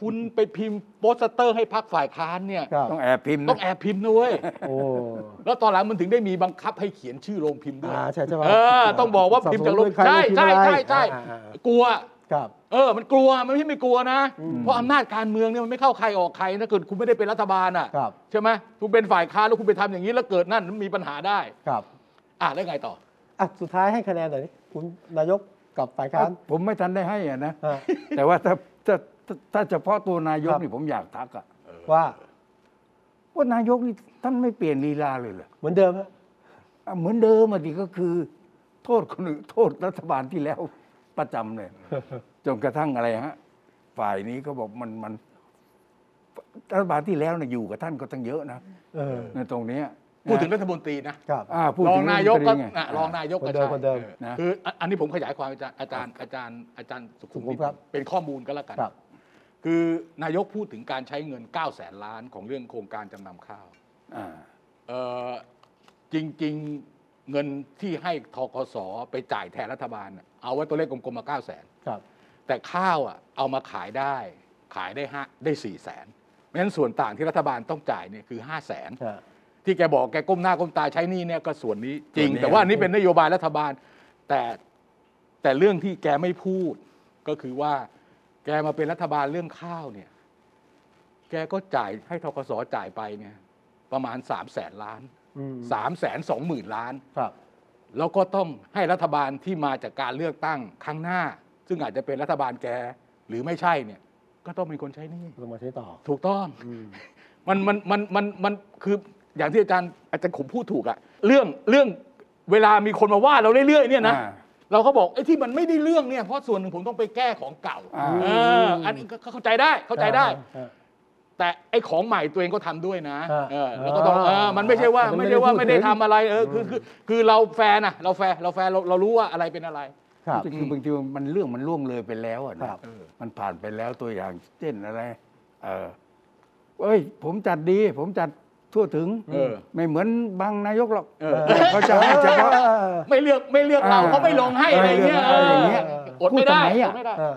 S2: คุณไปพิมพ์โปสเตอร์ให้พักฝ่ายค้านเนี่ย
S1: ครับ
S3: ต้องแอบพิมพ์
S2: ต้อง
S3: นะ
S2: แอบพิมพ์นะเว้ย
S1: โอ้
S2: แล้วตอนหลังมันถึงได้มีบังคับให้เขียนชื่อโรงพิมพ์ด้วย
S1: อ่าใช่ใช่ไหม
S2: เออ ต้องบอกว่าพิมพ์จากโรงใช่ใช่ใช่ใช่กลัว
S1: ครับ
S2: เออ มันกลัว มันไม่ใช่ไม่กลัวนะ เพราะอำนาจการเมืองเนี่ยมันไม่เข้าใครออกใครนะเกิดคุณไม่ได้เป็นรัฐบาลอ่ะ
S1: ครับ
S2: ใช่ไหมคุณเป็นฝ่ายค้านแล้วคุณไปทำอย่างนี้แล้วเกิดนั่นมันมีปัญหาได้
S1: ครับ
S2: อ่ะแล้วไงต่อ
S1: อ่ะสุดท้ายให้คะแนนหน่อยดิคุณนายกกับฝ่ายค้าน
S3: ผมไม่ทันได้ให้อะนะ
S1: อ่า
S3: แต่ว่าถ้าถ้าถ้าถ้าเฉพาะตัวนายก
S1: ครับ
S3: นี่ผมอยากทักอะ
S1: ว่า
S3: ว่านายกนี่ท่านไม่เปลี่ยนลีลาเลยเหรอ
S1: เหมือนเดิมฮะ
S3: อ่ะเหมือนเดิมอะดิก็คือ โทษคนอื่นโทษรัฐบาลที่แล้วประจำเลย จนกระทั่งอะไรฮะ ฝ่ายนี้ก็บอกมันมัน รัฐบาลที่แล้วเนี่ยอยู่กับท่านก็ตั้งเยอะนะ
S1: เออ
S3: ในตรงเนี้ย
S2: พูดถึงรัฐมนตรีนะ
S1: ครับ
S3: อ่าพูด
S2: รอ
S3: ถึ
S2: งนายกก็
S3: เรื่อไง
S2: อ่ะรองนายกก็
S1: คนเดิม
S2: ใช่
S1: คนเดิม
S2: ออ
S3: นะ
S2: คืออันอันนี้ผมขยายความอาจารย์อาจารย์อาจารย์อาจารย์สุขุม
S1: สุขุ
S2: วิ
S1: ม
S2: ท
S1: ครับ
S2: เป็นข้อมูลก็แล้วกัน
S1: ครับ
S2: คือนายกพูดถึงการใช้เงิน 9 0 0แสนล้านของเรื่องโครงการจำนำข้าว
S3: อ่า
S2: เอ่อจริง ๆ เงินที่ให้ทกสไปจ่ายแทนรัฐบาลน่ะเอาไว้ตัวเลขกลมๆมา9 0 0แสน
S1: ครับ
S2: แต่ข้าวอ่ะเอามาขายได้ขายได้ห้าได้4 0 0แสนเพราะฉะนั้นส่วนต่างที่รัฐบาลต้องจ่ายเนี่ยคือ 5 0 0แสน
S1: ฮะ
S2: ที่แกบอกแกก้มหน้าก้มตาใช้หนี่เนี่ยก็ส่วนนี้จริง
S3: ส่วนนี้
S2: แต่ว่าอันนี้เป็นนโยบายรัฐบาล แต่แต่เรื่องที่แกไม่พูด ก็คือว่า แกมาเป็นรัฐบาลเรื่องข้าวเนี่ย แกก็จ่ายให้ทกสจ่ายไปเนี่ยประมาณสามแสนล้าน
S1: อืม
S2: สามแสนสองหมื่นล้าน
S1: ครับ
S2: แล้วก็ต้องให้รัฐบาลที่มาจากการเลือกตั้งครั้งหน้า ซึ่งอาจจะเป็นรัฐบาลแกหรือไม่ใช่เนี่ย ก็ต้องเป็นคนใช้หนี่
S1: ลงมาใช้ต่อ
S2: ถูกต้อง มันมันมันมันมันคืออย่างที่อาจารย์อาจารย์ขมพูดถูกอะเรื่องเรื่องเวลามีคนมาว่าเราเรื่อยๆเนี่ยนะ
S3: อ่า
S2: เราก็บอกไอ้ที่มันไม่ได้เรื่องเนี่ยเพราะส่วนหนึ่งผมต้องไปแก้ของเก่า
S3: อ่า
S2: เอออันนี้ก็ก็เข้าใจได้เข้าใจได้
S1: อ่า
S2: แต่ไอ้ของใหม่ตัวเองก็ทำด้วยนะ
S1: อ่า
S2: เออแล้วก็ต้องเออมันไม่ใช่ว่า
S1: อ่า
S2: ไม่ใช่ว่า
S1: ไม่
S2: ไม่
S1: ได้
S2: ได้
S1: พู
S2: ทำ
S1: ดถึง
S2: อะไรเออคือคือคือเราแฟนอะเราแฟนเราแฟนเราเรารู้ว่าอะไรเป็นอะไร
S1: ครับ
S3: คือบางทีมันเรื่องมันล่วงเลยไปแล้วอะ
S1: ครั
S3: นะ
S1: บ
S3: มันผ่านไปแล้วตัวอย่างเช่นอะไร เออเอ้ย ผมจัดดี ผมจัดทั่วถึง
S2: เออ
S3: ไม่เหมือนบางนายกหรอก
S2: เออ
S3: เขาจะให้เฉพาะ
S2: ไม่เลือกไม่เลือกเรา
S3: อ่า
S2: เขาไม่ลงให้อะไรเงี้ย
S3: ไม่เลือกเราอย่างเงี้ย
S2: เอออดไม่ได้
S3: พูดทำไม
S2: อ
S3: อะ
S2: ดไม่ได้
S1: เออ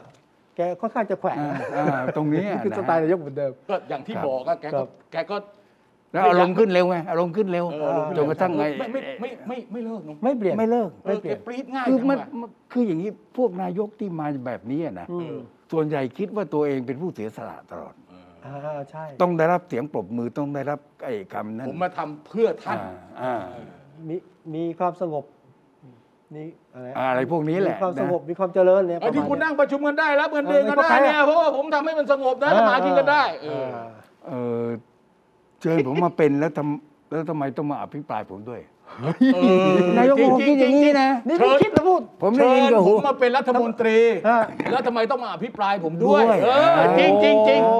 S1: แกค่อนข้างจะแขวะ
S3: อ่าอ่าตรงนี้อะ
S1: คือ
S3: นะ
S1: สไตล์นายกเหมือนเดิม
S2: ก็อย่างที่
S3: ครับ
S2: บอกอะแก
S1: ครั
S2: ก็
S1: บ
S2: แกก็
S3: แล้วอารมณ์ขึ้นเร็วไงอารมณ์ขึ้นเร็ว
S2: เออล
S3: จนกระทั่งไง
S2: ไม่ไม่ไม่ไม่ไม่เลิกเนอะ
S1: ไม่เปลี่ยน
S3: ไม่เลิก
S1: ไม่เปลี่ยน
S2: ออแกปรี๊ดง่าย
S3: คือ
S2: จัง
S3: มัน
S2: วะ
S3: มันคืออย่างนี้พวกนายกที่มาแบบนี้อะนะ
S1: อืม
S3: ส่วนใหญ่คิดว่าตัวเองเป็นผู้เสียสละตลอด
S1: อ่าใช่
S3: ต้องได้รับเสียงปรบมือต้องได้รับไอ้คำนั้น
S2: ผมมาทำเพื่อท่าน
S3: อ่าอ่า
S1: มีมีความสงบมีอะไร
S3: อะไรพวกนี้แหละ
S1: มีความ
S3: นะ
S1: สงบมีความเจริญเนี่ย
S2: ไอ้ที่คุณ
S1: ประมาณ
S2: นั่งประชุมกันได้รับเงินเดือนกันได้
S1: เออ
S2: เนี่ยเพราะว่าผมทำให้มันสงบนะ
S1: เออ
S2: ทำหากินกันได้เอ
S1: เย
S2: อ
S1: เออ
S3: เออเชิญผมมาเป็นแล้วทำแล้วทำไมต้องมาอภิปรายผมด้วย
S2: เออน
S3: ายกผมคิดอย่างนี้นะ
S1: นี่ไม่คิดนะพูด
S3: ผมได้
S2: เชิ
S3: ยิน
S2: ญ
S3: กับ
S2: ผ
S3: หู
S2: มมาเป็นรัฐมนตรี
S1: ฮะ
S2: แล้วทำไมต้องมาอภิปรายผมด้วย
S3: ด้วย
S2: เออจริงจริงจริง
S1: โอ้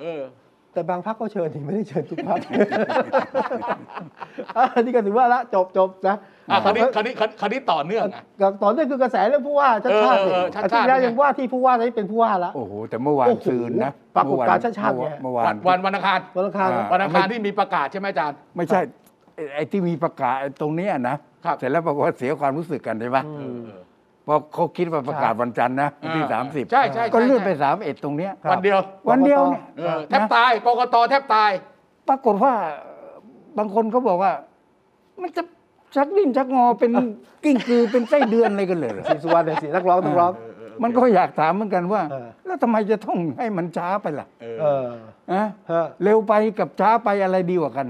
S2: เออ
S1: แต่บางพักก็เชิญนี่ไม่ได้เชิญทุกพัก อันนี้ก็ถือว่าละจบจบนะ
S2: อ่ะคราวนี้คราวนี้คราวนี้คราวนี้ต่อเนื่องอ่ะ
S1: กับตอนนี้คือกระแสเรื่องผู้ว่าชัดชาติ
S2: เออเออชัด
S1: อาทิต
S2: ชาติ
S1: ย์แล้วยังว่าที่ผู้ว่าตอนนี้เป็นผู้ว่าละ
S3: โอ้โห แต่เมื่อวาน
S1: โอ้โห
S3: ซืนนะ
S1: ปรากฏการณ์
S3: เมื่อว
S1: ชาติๆเนี่ย
S3: เมื่อวา
S2: วัน นวันวันอังคาร
S1: วันอังคารนะ
S3: อ่า
S2: วันอังคารที่มีประกาศใช่ไหมอาจารย์
S3: ไม่ใช่ไอ้ไอ้ที่มีประกาศไอ้ตรงเนี้ยนะครับ เสร็จแล้วปรากฏว่าเสียความรู้สึกกันใช่ไหม
S1: อืม
S2: เออ
S3: เพราะเขาคิดว่าประกาศวันจันทร์นะวันที่
S2: อ่า
S3: สามสิบ
S2: ใช่ใช่ใช่
S3: ก็เลื่อนไปสามเอ็ดตรงเนี้ย
S1: ครับ
S2: วันเดียว
S3: วันเดียวเนี่ย
S2: เออแทบตายกกตแทบตาย
S3: ปรากฏว่าเอ่อบางคนเขาบอกว่า มันจะชักดิ้นชักงอเป็นกิ้งกือเป็นไส้เดือนอะไรกันเลยเหรอ
S1: สีสุวรรณเนี่ยสีนักร้องนักร้อง
S3: มันก็อยากถามเหมือนกันว่า
S1: เออ
S3: แล้วทำไมจะต้องให้มันช้าไปล่ะ
S1: เออ
S3: อะ
S1: ฮะ
S3: เร็วไปกับช้าไปอะไรดีกว่ากัน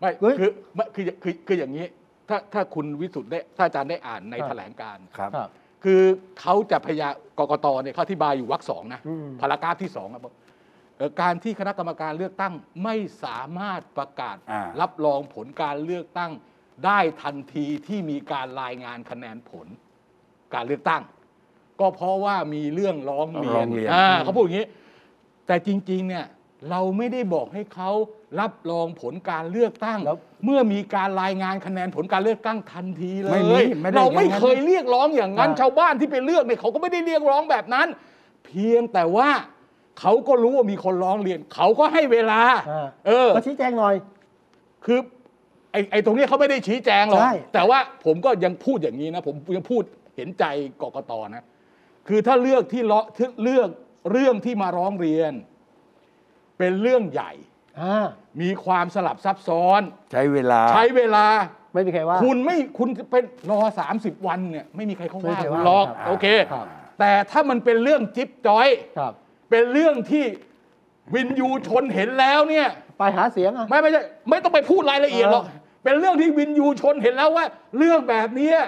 S2: ไม่
S1: เฮ้ย
S2: คือไม่คือคือคืออย่างนี้ ถ้าถ้าคุณวิสุทธ์ได้ถ้าอาจารย์ได้อ่านใน
S1: ครับ
S2: แถลงการณ์
S3: ครับ
S1: ครับ
S2: คือเขาจะพยากกตเนี่ยเขาอธิบายอยู่วรรคสองนะ
S1: อืม
S2: พารากราฟที่สองอะบอกเอ่อการที่คณะกรรมการเลือกตั้งไม่สามารถประกาศ
S3: อ่ารั
S2: รับรองผลการเลือกตั้ง ได้ทันทีที่มีการรายงานคะแนนผล การเลือกตั้ง ก็เพราะว่ามีเรื่องร้องเรีย
S3: ร้อน งเรียน
S2: อ่าเขาพูดอย่างนี้ แต่จริง ๆ เนี่ย เราไม่ได้บอกให้เขารับรองผลการเลือกตั้ง
S1: แล้ว
S2: เมื่อมีการรายงานคะแนนผลการเลือกตั้งทันทีเลย
S3: ไม่มีไม่ได้
S2: เราไม่
S3: อย่างนั้น
S2: เคยเรียกร้องอย่างนั้น
S1: อ่า
S2: ชาวบ้านที่ไปเลือกเนี่ยเขาก็ไม่ได้เรียกร้องแบบนั้น เพียงแต่ว่าเขาก็รู้ว่ามีคนร้องเรียน เขาก็ให้เวลา
S1: อ่า
S2: เออ
S1: มาชี้แจงหน่อย
S2: คือไอ้ไอ้ตรงเนี้ยเขาไม่ได้ชี้แจงหรอก
S1: ใช่
S2: แต่ว่าผมก็ยังพูดอย่างนี้นะ ผมยังพูดเห็นใจกกตนะ คือถ้าเลือกที่เลาะที่เลือกเรื่องที่มาร้องเรียน เป็นเรื่องใหญ่
S1: อ่า
S2: มีความสลับซับซ้อน
S3: ใช้เวลา
S2: ใช้เวลา
S1: ไม่มีใครว่า
S2: คุณไม่คุณเป็นรอ 30 วันเนี่ยไม่มีใครเขา
S1: ไม่มี
S2: ว่า
S1: ใคร
S2: คุ
S1: ว่า
S2: ณหรอก
S1: ครับ
S2: โอเค
S1: ครับ
S2: แต่ถ้ามันเป็นเรื่องจิ๊บจ้อย
S1: ครับ
S2: เป็นเรื่องที่วินยูชนเห็นแล้วเนี่ย
S1: ไปหาเสียงอ่ะ
S2: ไม่ไม่ใช่ไม่ต้องไปพูดรายละเอียดหรอก
S1: เออ
S2: เป็นเรื่องที่วินยูชนเห็นแล้วว่า เรื่องแบบเนี้ย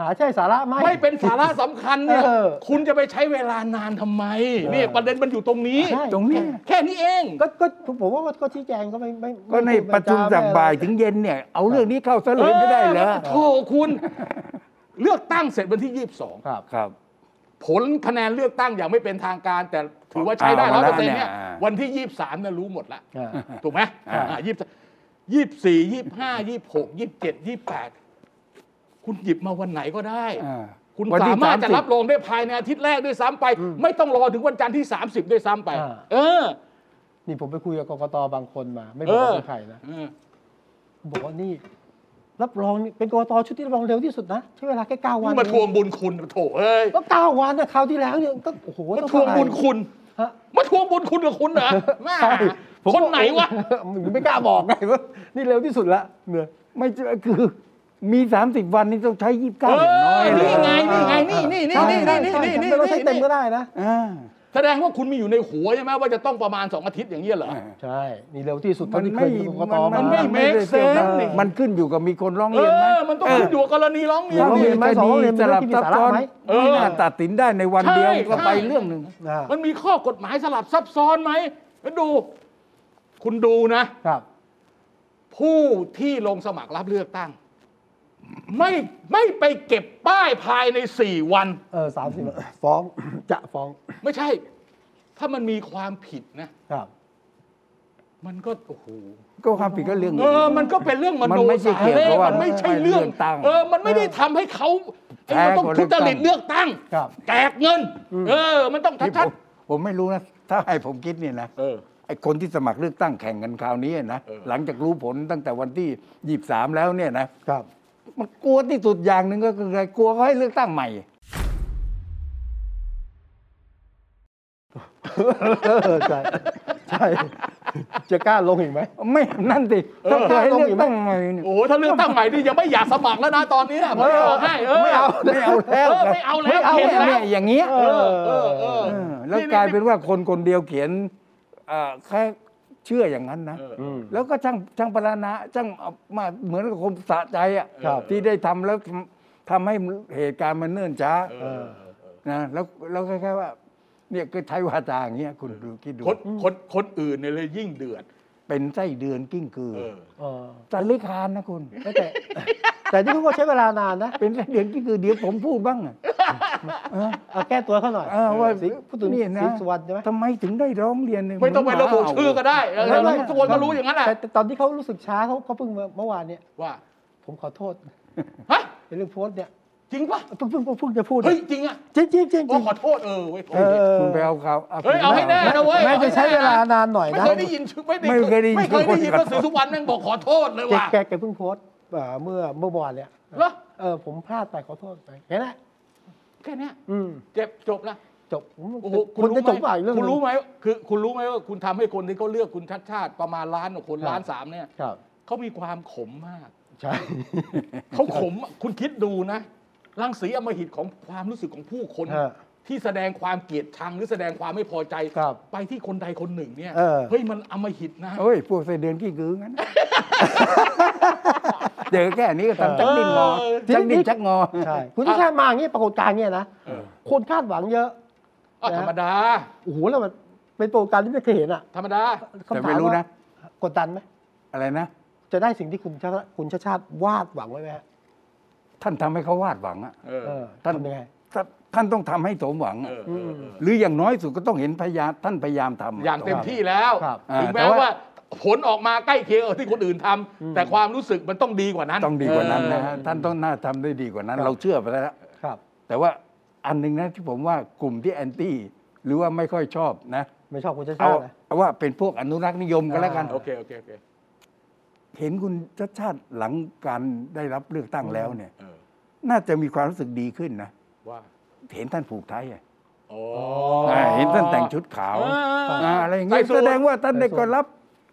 S1: หาใช่สาระไหม
S2: ไม่เป็นสาระสำคัญเนี่ย
S1: เออ
S2: คุณจะไปใช้เวลานานทำไม
S1: เออ
S2: เนี่ยประเด็นมันอยู่ตรงนี้
S1: ใช่
S3: ตรงเนี้ย
S2: แค่นี้เอง
S1: ก็ก็ผมว่าก็ชี้แจงก็ไม่ไม่
S3: ก็ในประชุมจากบ่ายถึงเย็นเนี่ย เอาเรื่องนี้เข้าซะเลยไม่ได้เหรอ
S2: โถคุณ เลือกตั้งเสร็จวันที่ 22
S1: ครับ
S3: ครับ
S2: ผลคะแนนเลือกตั้งอย่างไม่เป็นทางการ แต่ถือว่าใช้ได้
S3: เอา
S2: ร้อยเปอ
S3: ละ
S2: ร์เซ็นต์เนี่ย
S3: เนี่ย
S2: วันที่ 23เนี่ยรู้หมดแล้ว
S1: อ่า
S2: ถูกไหม
S3: อ่า
S2: ยี่สิบยี่สี่ยี่ห้ายี่หกยี่เจ็ดยี่แปดคุณหยิบมาวันไหนก็ได้
S3: อ่า
S2: คุณ
S3: วันที่
S2: สามารถจะ
S3: 30
S2: รับรองได้ภายในอาทิตย์แรกด้วยซ้ำไป ไม่ต้องรอถึงวันจันทร์ที่ 30 ด้วยซ้ำไป
S1: อ่า
S2: เออ
S1: นี่ผมไปคุยกับกกตบางคนมา ไม่บ
S2: เอ
S1: อกว่า
S2: อ
S1: เป็นใครนะ
S2: เออ
S1: บอกว่านี่ รับรองนี่เป็นกกตชุดที่รับรองเร็วที่สุดนะใช้เวลาแค่เก้าวัน
S2: นี่มาทวงบุญคุณโถเอ้ย
S1: ก็เก้าวันนะคราวที่แล้วเนี่ยก็โอ้โห
S2: มา
S1: ต้อง
S2: ทวงบุญคุณ
S1: ฮะ
S2: มาทวงบุญคุณกับคุณเหรอแม่
S1: ใช่ผม
S2: คนไหนวะ
S1: ไม่กล้าบอกไงว่านี่เร็วที่สุดละเนี่ย
S3: ไม่ใช่คือมี 30 วันนี่ต้องใช้ 29อย่างน้อย
S2: เออ
S3: เลย
S2: นี่ไง นี่นี่นี่
S1: ใช่
S2: นี่
S1: ใช่
S2: นี่
S1: ใช่
S2: นี่นี่
S1: จำเป็ว่าใช้
S2: นี่
S1: เต็มก็ได้นะ
S3: อ่า
S2: แสดงว่าคุณมีอยู่ในหัวใช่ไหมว่าจะต้องประมาณ 2 อาทิตย์อย่างเงี้ยเหรอ
S1: ใช่ นี่เร็วที่สุดเท่า
S3: มัน
S1: ที่เค
S3: ไม่
S1: ยมีกกต
S2: มั
S1: มาน
S2: ไม่
S1: ม
S2: make
S3: ได้เสีย
S2: sense
S3: นะ
S1: นี่
S3: มันขึ้นอยู่กับมีคนร้อง
S2: เอ
S3: เรียนไหม
S2: อ มันต้องขึ้นอยู่กับกรณีร้องเรียน
S1: ร้องเรียน
S2: ดิ
S1: ไหมสองเรียน
S3: สลับ
S1: มันไม่ได้มี
S3: ซับ
S1: สาระ
S3: ซ้อน
S1: ไหม
S2: เออ
S3: ไม่น่าตัดสินได้ในวันเดียว
S2: ใช่
S3: ก็ไป
S2: ใช่
S3: เรื่องหนึ่ง
S1: อ่า
S2: มันมีข้อกฎหมายสลับซับซ้อนไหมแล้วดู คุณดูนะ
S1: ครับ
S2: ผู้ที่ลงสมัครรับเลือกตั้ง ไม่ไม่ไปเก็บป้ายภายใน 4 วัน
S1: เออสามสิบฟ้อง จะฟ้อง
S2: ไม่ใช่ ถ้ามันมีความผิดนะ
S1: ครับ
S2: มันก็โอ้โห
S3: ก็ความผิดก็เรื่องห
S2: เอ
S3: นึ่ง
S2: อ มันก็เป็นเรื่องม
S3: มัน
S2: โน
S3: ไม่ใช่
S2: สา
S3: เกี่ยว
S2: เร่
S3: เพราะว่า
S2: มันไม่ใช่เรื่อง
S3: เลือกตั้ง
S2: เออ มันไม่ได้ทำให้เขาไอ้มันต้อง
S3: แพ้คนเลื
S2: ทุ
S3: อก
S2: จ
S3: ตั้ง
S2: ริตเลือกตั้ง
S1: ครับ
S2: แจกเงิน เออ มันต้อง
S3: ที่ผ
S2: ชัด
S3: มผมไม่รู้นะ ถ้าให้ผมคิดเนี่ยนะ
S2: ๆเออ
S3: ไอ้คนที่สมัครเลือกตั้งแข่งกันคราวนี้นะ
S2: เออ
S3: หลังจากรู้ผลตั้งแต่วันที่ยี่สามแล้วเนี่ยนะ
S1: ครับ
S3: มันกลัวที่สุดอย่างหนึ่งก็คืออะไรกลัวเขาให้เลือกตั้งใหม่
S1: เออใช่ ใช่ จะกล้าลงอีกไหม
S3: ไม่นั่นดิถ้าเกิดให้เลือกตั้งใหม่เนี่ย
S2: โอ้โหถ้าเลือกตั้งใหม่นี่ยังไม่อยากสมัครแล้วนะตอนนี้ผมจะบอกให้เออ
S3: ไม่เอาไม่เอาแล้ว
S2: เออไม่เอาแล้ว
S3: ไม่เอา
S2: เข็ด
S3: แล้ว
S2: แล้
S3: เนี่
S2: ว
S3: ยอย่างเงี้ย
S2: เออเออเออ
S3: เออแล้วกลายเป็นว่าคนคนเดียวเขียนเอ่อแค่เชื่ออย่างนั้นนะ
S2: เออ
S1: อืม
S3: แล้วก็ช่างช่างปรานะช่างเอามาเหมือนกับคมสะใจอ่ะ
S1: ครับ
S3: ที่ได้ทำแล้วทำทำให้เหตุการณ์มันเนิ่นช้า
S2: เออเออเออ
S3: นะแล้วแล้วแค่ว่าเนี่ยก็ใช้วาจาอย่างเงี้ยคุณดูคิดดู
S2: คนคนคนอื่นเนี่ยเลยยิ่งเดือด
S3: เป็นไส้เดือนกิ้งกือ
S2: เออ
S1: เออ
S3: จันลิคานนะคุณ
S1: ไม่แต่ แต่ที่เขาก็ใช้เวลานานนะ
S3: เป็นไส้เดือนกิ้งกือเดี๋ยวผมพูดบ้างอ่ะ
S1: เอาแก้ตัวเขาหน่อย
S3: เออว่า
S1: สิพูดถึง
S3: เนี่ยนะ
S1: สิงห์สุวรรณใช่ไหม
S3: ทำไมถึงได้ร้องเรียนเนี่ย
S2: ไม่ต้องไประบุชื่อก็ได้เออ
S1: ไม่ไม่
S2: ทุกคนก็รู้อย่างนั้นแหละ
S1: ต่แต่ตอนที่เขารู้สึกช้าเขาเขาเพิ่งมาเมื่อวานเนี่ย
S2: ว่า
S1: ผมขอโทษ
S2: ฮะ
S1: ในเรื่องโพสต์เนี่ย
S2: จริงปะ
S1: เพิ่งเพิ่งเพิ่งจะพูด
S2: เฮ้ยจริงอ่ะ
S1: จริงจริงจริงจ
S2: โอ้
S1: ริง
S2: ขอโทษเออเว้ยโท
S1: เอ
S2: ษ
S1: อ
S3: คุณไปเอาเขา
S2: เฮ้ยเอาให้แน่
S3: คุณม่
S2: นะเว้ย
S1: แม้จะใช้เวลานานหน่อย
S2: ไม่
S1: นะ
S2: เคยได้ยินชื่อไม่ได้
S3: ไม่เคยได้ยิน
S2: ไม่เคยได้ยินว่าสื่อสุวรรณแม่งบอกขอโทษเลย
S1: แก
S2: ว่ะ
S1: แกแกเพิ่งโพสต์เอ่อเมื่อเมื่อวานเนี่ย
S2: เหรอ
S1: เออผมพลาดไปขอโทษไปแค่นั้น
S2: แค่เนี้ย
S1: อืม
S2: เจ็บจบละ
S1: จบ
S2: โอ้โห
S1: คนจะจบ
S2: ไหม
S1: ว่าอีกเรื่องห
S2: คุ
S1: นึ่
S2: ณ
S1: ง
S2: รู้ไหมคือคุณรู้ไหมว่าคุณทำให้คนที่เขาเลือกคุณชัดชาติประมาณล้านกว่าคน
S1: ครับ
S2: ล้านสามเนี่ย
S1: ครับ
S2: เขามีความขมมาก
S1: ใช่
S2: เขาขมอะคุณคิดดูนะรังสีอำมหิตของความรู้สึกของผู้คน
S1: ฮะ
S2: ที่แสดงความเกลียดชังหรือแสดงความไม่พอใจ
S1: ครับ
S2: ไปที่คนใดคนหนึ่งเนี่ย
S1: เออ
S2: ยมันอำมหิตนะ
S3: เอ้ย พวกไส้เดือนขี้กือ งั้น เจอแค่นี้ก็ทำจักดิ้นงอ
S2: เออ
S3: จักดิ้นจักงอ
S1: ใช่คุณที่ชาติมาอย่างนี้ปรากฏการณ์เนี่ยนะ
S2: เออ
S1: คนคาดหวังเยอะ
S2: อ้าวธรรมดา
S1: โอ้โหแล้วมันเป็นปรากฏการณ์ที่ไม่เคยเห็นอ่ะ
S2: ธรรมดา
S1: คำถา
S3: แต่ไม่รู้
S1: ว่า
S3: นะ
S1: กดดันไหม
S3: อะไรนะ
S1: จะได้สิ่งที่คุณชาติคุณชาติชาติวาดหวังไว้ไหมฮะ
S3: ท่านทำให้เขาวาดหวังอะ
S2: เออ
S1: เออ
S3: ท่าน
S1: ทำยังไง
S3: ถ้าท่านต้องทำให้สมหวังอะ
S2: เออเออเออ
S3: หรืออย่างน้อยสุดก็ต้องเห็นพยานท่านพยายามทำะ
S2: อย่างเต็มที่แล้ว
S1: ครับ
S3: อ่า
S2: ถึงแม้
S3: แต่ว่า
S2: ว่าผลออกมาใกล้เคียงกับที่คนอื่นทำแต่ความรู้สึกมันต้องดีกว่านั้น
S3: ต้องดีกว่านั้นนะฮะ
S2: เออ
S3: ท่านต้องน่าทำได้ดีกว่านั้
S1: ค
S3: น
S1: รับ
S3: เราเชื่อไปแล้ว
S1: ครับ
S3: แต่ว่าอันหนึ่งนะที่ผมว่ากลุ่มที่แอนตี้หรือว่าไม่ค่อยชอบนะ
S1: ไม่ชอบคุณชาติ
S3: เอา
S1: ชาตินะ
S3: เอาว่าเป็นพวกอนุรักษ์นิยมก็แล้วกัน
S1: อ่า
S2: โอเค โอเค โอเค
S3: เห็นคุณชาติชาติหลังการได้รับเลือกตั้งแล้วเนี่ย
S2: เออ
S3: น่าจะมีความรู้สึกดีขึ้นนะ
S2: ว่า
S3: เห็นท่านผูกไทยอะ
S2: โอ้
S3: อ่าเห็นท่านแต่งชุดขาวาอะไรอย่างเงี้ยแสดงว่าท่านได้ก็รับ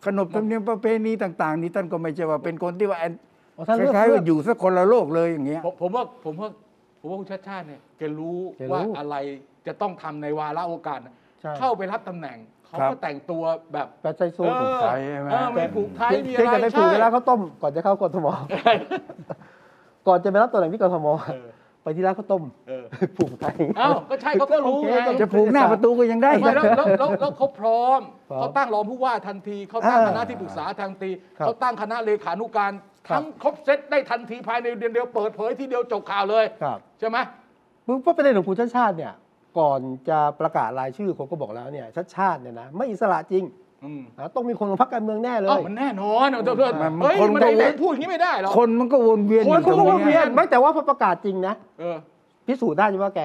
S3: ขนบธรรมเนียมประเพณีต่าง ๆ นี้ท่านก็ไม่ใช่ว่าเป็นคนที่ว่าแอน
S1: อ๋อท่าน
S3: ค
S1: เลือก
S3: ล้ายๆ
S1: เลื
S3: ว่า
S1: อก
S3: อยู่สักคนละโลกเลยอย่างเงี้ย
S2: ผมผมว่าผมว่าผมว่าคุณชาติชาติเนี่ยแกรู้
S1: แกรู้
S2: ว่าอะไรจะต้องทำในวาระโอกาสน่ะ
S1: ใช่
S2: เข้าไปรับตำแหน่ง เขา
S3: ครับ
S2: ก็แต่งตัวแบบ
S1: แบบใจสู้
S2: เออ
S3: ผูกไทยใช่ไหม
S2: เออไม่ผูกไทยมีอะ
S1: เพียงแต่
S2: ไร
S1: ไปผูก
S2: ใช่
S1: เวลาเขาวต้ม ก่อนจะเข้ากทมก่อนจะไปรับตำแหน่งที่กทม
S2: เออ
S1: ไปที่ร้านข้าวต้ม
S2: เออ
S1: ผูกไทย
S2: เอ้าก็ใช่เขาก็รู้ไง
S1: โอเค
S3: จะผูกหน้าประตูก็ยังได้
S2: ไม่แล้วแล้วแล้วแล้วเขาพร้อม
S1: พร้อม
S2: เขาตั้งรองผู้ว่าทันทีเขาตั้ง
S1: อ่า
S2: คณะที่ปรึกษาทันที
S1: ครับ
S2: เขาตั้งคณะเลขานุการทั้งครบเซตได้ทันทีภายในเดือนเดียวเปิดเผยทีเดียวจบข่าวเลย
S1: ครับ
S2: ใช่ไหม
S1: ปุ๊บเพราะประเด็นของคุณชาติชาติเนี่ย ก่อนจะประกาศรายชื่อคนก็บอกแล้วเนี่ยชาติชาติเนี่ยนะไม่อิสระจริง
S2: อืม
S1: นะต้องมีคนของพรรคการเมืองแน่เล
S2: เอ้าย มันแน่นอนเอาเถอะเพื่อน
S3: มันมัน
S2: เฮ้ย
S3: คน
S2: มันไอ้
S3: ก็เว้
S2: เด็
S3: ย
S2: กพูดอย่างนี้ไม่ได้หรอก
S3: คนมันก็วนเวียนอ
S1: คน
S3: ยู่
S1: คน
S3: ต
S1: ก็
S3: รง
S1: ว่าเวี
S3: เนี้
S1: ย
S3: ย
S1: นไม่แต่ว่าพอประกาศจริงนะ
S2: เออ
S1: พิสูจน์ได้ว่าแก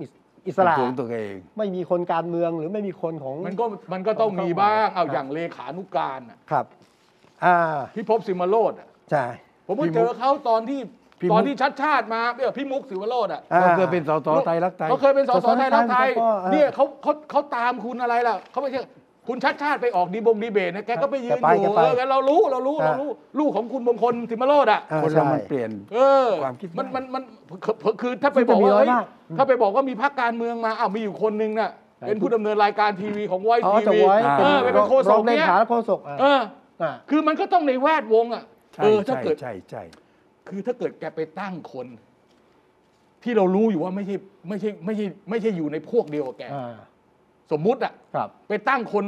S1: อิสอิสระ
S3: ของตัวเอง
S1: ไม่มีคนการเมืองหรือไม่มีคนของ
S2: มันก็มันก็ต้องมีบ้าง เอา
S1: ครับ
S2: อย่างเลขานุการน่ะ
S1: ครับ อ่า
S2: พี่พบสิมาโรด
S1: ใช่
S2: ผมเพิ่งเจอเขาตอนที่
S1: พี่มุก
S2: ตอนที่ชัดชาติมาเอ้ยพี่มุกสิมาโรดอ่ะ
S1: อ่า
S3: เขาเคยเป็นสสไทยรักไทย
S2: เขาเคยเป็นส
S1: ส
S2: ส
S1: ส
S2: ไทยรักไทย
S1: ไทยเขาก็เออ
S2: เนี่ยเขาเขาเขาตามคุณอะไรล่ะเขาไม่ใช่คุณชัดชาติไปออกดีบงดีเบตนะแกก็ไปยืน
S1: แกไป
S2: อยู่
S1: แกไป
S2: เออเรารู้เรารู้เรา
S1: อ่า
S2: รู้ลูกของคุณมงคลสิมาโรดอ่ะ
S1: อ่า
S3: คนเรา
S1: ใช่
S3: มันเปลี่ยน
S2: เออ
S3: ความคิด
S2: มัน
S3: ได้
S2: มันมันคือคือคือถ้าไปบอกว่า
S1: จะมีน้อย
S2: เอ้ย
S1: มาก
S2: ถ้าไปบอกว่ามีพรรคการเมืองมาอ้าวมีอยู่คนนึงน่ะ
S1: ไหน
S2: เป็นผู้ดำเนินรายการทีวีของไว
S1: อ๋อ
S2: ที
S1: จะ
S2: วี
S1: ไว้
S3: อ่า
S2: เออไปเป็นโฆษ
S1: รอก งเล
S2: เนี่ย
S1: ขาและโฆษกอ่ะ
S2: เออ
S1: อ่า
S2: คือมันก็ต้องในแวดวงอ่ะ
S3: ใช่
S2: เออถ้า
S3: ใช่
S2: เกิด
S3: ใช่ใช่
S2: คือถ้าเกิดแกไปตั้งคน ที่เรารู้อยู่ว่าไม่ใช่ไม่ใช่ไม่ใช่ไม่ใช่อยู่ในพวกเดียวกับแก
S1: อ่า
S2: สมมุติอ่ะ
S1: ครับ
S2: ไปตั้งคน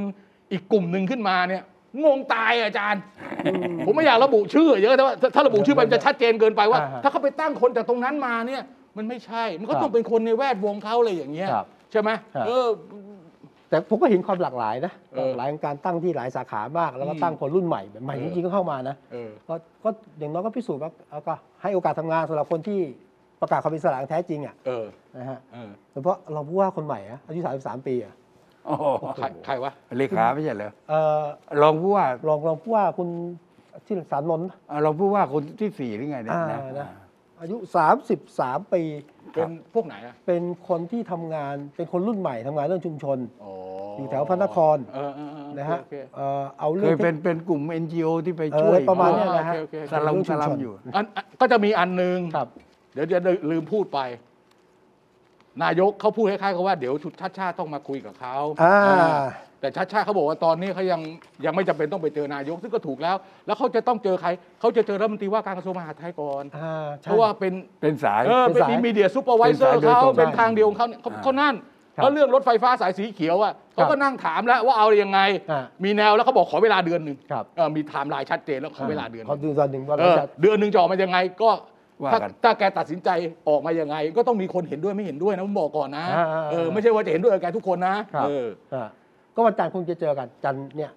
S2: อีกกลุ่มหนึ่งขึ้นมาเนี่ยงงตายอะอาจารย์ ผมไม่อยากระบุชื่อเยอะแต่ว่าถ้าถ้าระบุชื่อไปมันจะชัดเจนเกินไปว่า
S1: อ่าฮะ
S2: ถ้าเขาไปตั้งคนจากตรงนั้นมาเนี่ย มันไม่ใช่ มันก็
S1: ครับ
S2: ต้องเป็นคนในแวดวงเขาอะไรอย่างเงี้ย
S1: ครับ
S2: ใช่ไหม
S1: ครับ
S2: เออ
S1: แต่ผมก็เห็นความหลากหลายนะ
S2: เอ
S1: หลา
S2: อก
S1: หลายของการตั้งที่หลายสาขามาก แล้วก็
S2: อืม
S1: ตั้งคนรุ่นใหม่แบบใหม่
S2: เอ
S1: จ
S2: อ
S1: ริงๆก็เข้ามานะ
S2: เออ
S1: ก็ก็อย่างน้อยก็พิสูจน์ว่าเอาก็ให้โอกาสทำงานสำหรับคนที่ประกาศความเป็นอิสระอย่างแท้จริงอ่ะ
S2: เออ
S1: นะฮะ
S2: เออ
S1: โดยเฉพาะเราผู้ว่าคนใหม่อะอายุ 33 ปีอ่ะ
S3: โอ้โห
S2: ใครใครวะ
S3: เลขาไม่ใช่เหรอ
S1: เอ่อ
S3: รองผู้ว่า
S1: รองรองผู้ว่าคุณชื่อสารนนท์
S3: รองผู้ว่าคนที่สี่หรือไงเนี่ย
S1: อ่า
S3: นะ
S1: นะ อายุ 33 ปี
S2: เป็นพวกไหนอ่ะ
S1: เป็นคนที่ทำงานเป็นคนรุ่นใหม่ทำงานเรื่องชุมชน
S2: อ๋อ
S1: อ
S2: อยู่
S1: แถวพระนคร
S2: เออเออเออ
S1: นะฮะ
S2: โอเค
S1: เอ่อเอาเรื่
S3: เค
S1: อง
S3: ย
S1: ที่
S3: เป็นเป็นกลุ่ม NGO ที่ไป
S1: เออ
S3: ช่วย
S1: ประมาณเนี้ย
S2: โอเคโอเค
S3: สลัมสลัมอยู่
S2: อันอันก็จะมีอันหนึง
S1: ครับ
S2: เดี๋ยวจะลืมพูดไป นายกเขาพูดคล้ายๆกับว่าเดี๋ยวชุดชาติชาติต้องมาคุยกับเขา
S1: อ่า
S2: อ่าแต่ชาติชาติเขาบอกว่าตอนนี้เขายังยังไม่จำเป็นต้องไปเจอนายก ซึ่งก็ถูกแล้ว แล้วเขาจะต้องเจอใครเขาจะเจอรัฐมนตรีว่าการกระทรวงมหาดไทยก่อน
S1: อ่าใช่
S2: เพราะว่าเป็น
S3: เป็นสาย
S2: เออ
S1: เป็
S2: เป็น น
S1: สาย
S2: มีเดียซูเปอร์ไวเซอร์
S3: เป็นสายโดย
S2: เขา
S3: ตรง
S2: เป็นทางเดียวของเขาเนี่ยเขา
S3: อ่า
S2: เขานั่น
S1: ครับ
S2: แล้วเรื่องรถไฟฟ้าสายสีเขียวอ่ะเขาก็นั่งถามแล้วว่าเอายังไง
S1: อ่ามี
S2: มีแนวแล้วเขาบอกขอเวลาเดือนหนึ่ง
S1: ครับ
S2: เออมีไทม์ไลน์ชัดเจนแล้วขอเวลาเดือนห
S1: เขา
S2: นึ่ง
S1: ดูตอนหนึ่งว่า
S2: เอ
S1: เรา
S2: อ
S1: จะ
S2: เดือนหนึ่งจะออกมายังไงก็
S3: ว่า
S2: ถ้า
S3: กัน
S2: ถ้าแกตัดสินใจออกมายังไง ก็ต้องมีคนเห็นด้วยไม่เห็นด้วยนะผมบอกก่อนนะ
S1: อ่าๆๆ
S2: เออไม่ใช่ว่าจะเห็นด้วยกับแกทุกคนนะครับ เออ
S1: อ่าก็วันจันทร์คงจะเจอกันจันทร์เนี่ย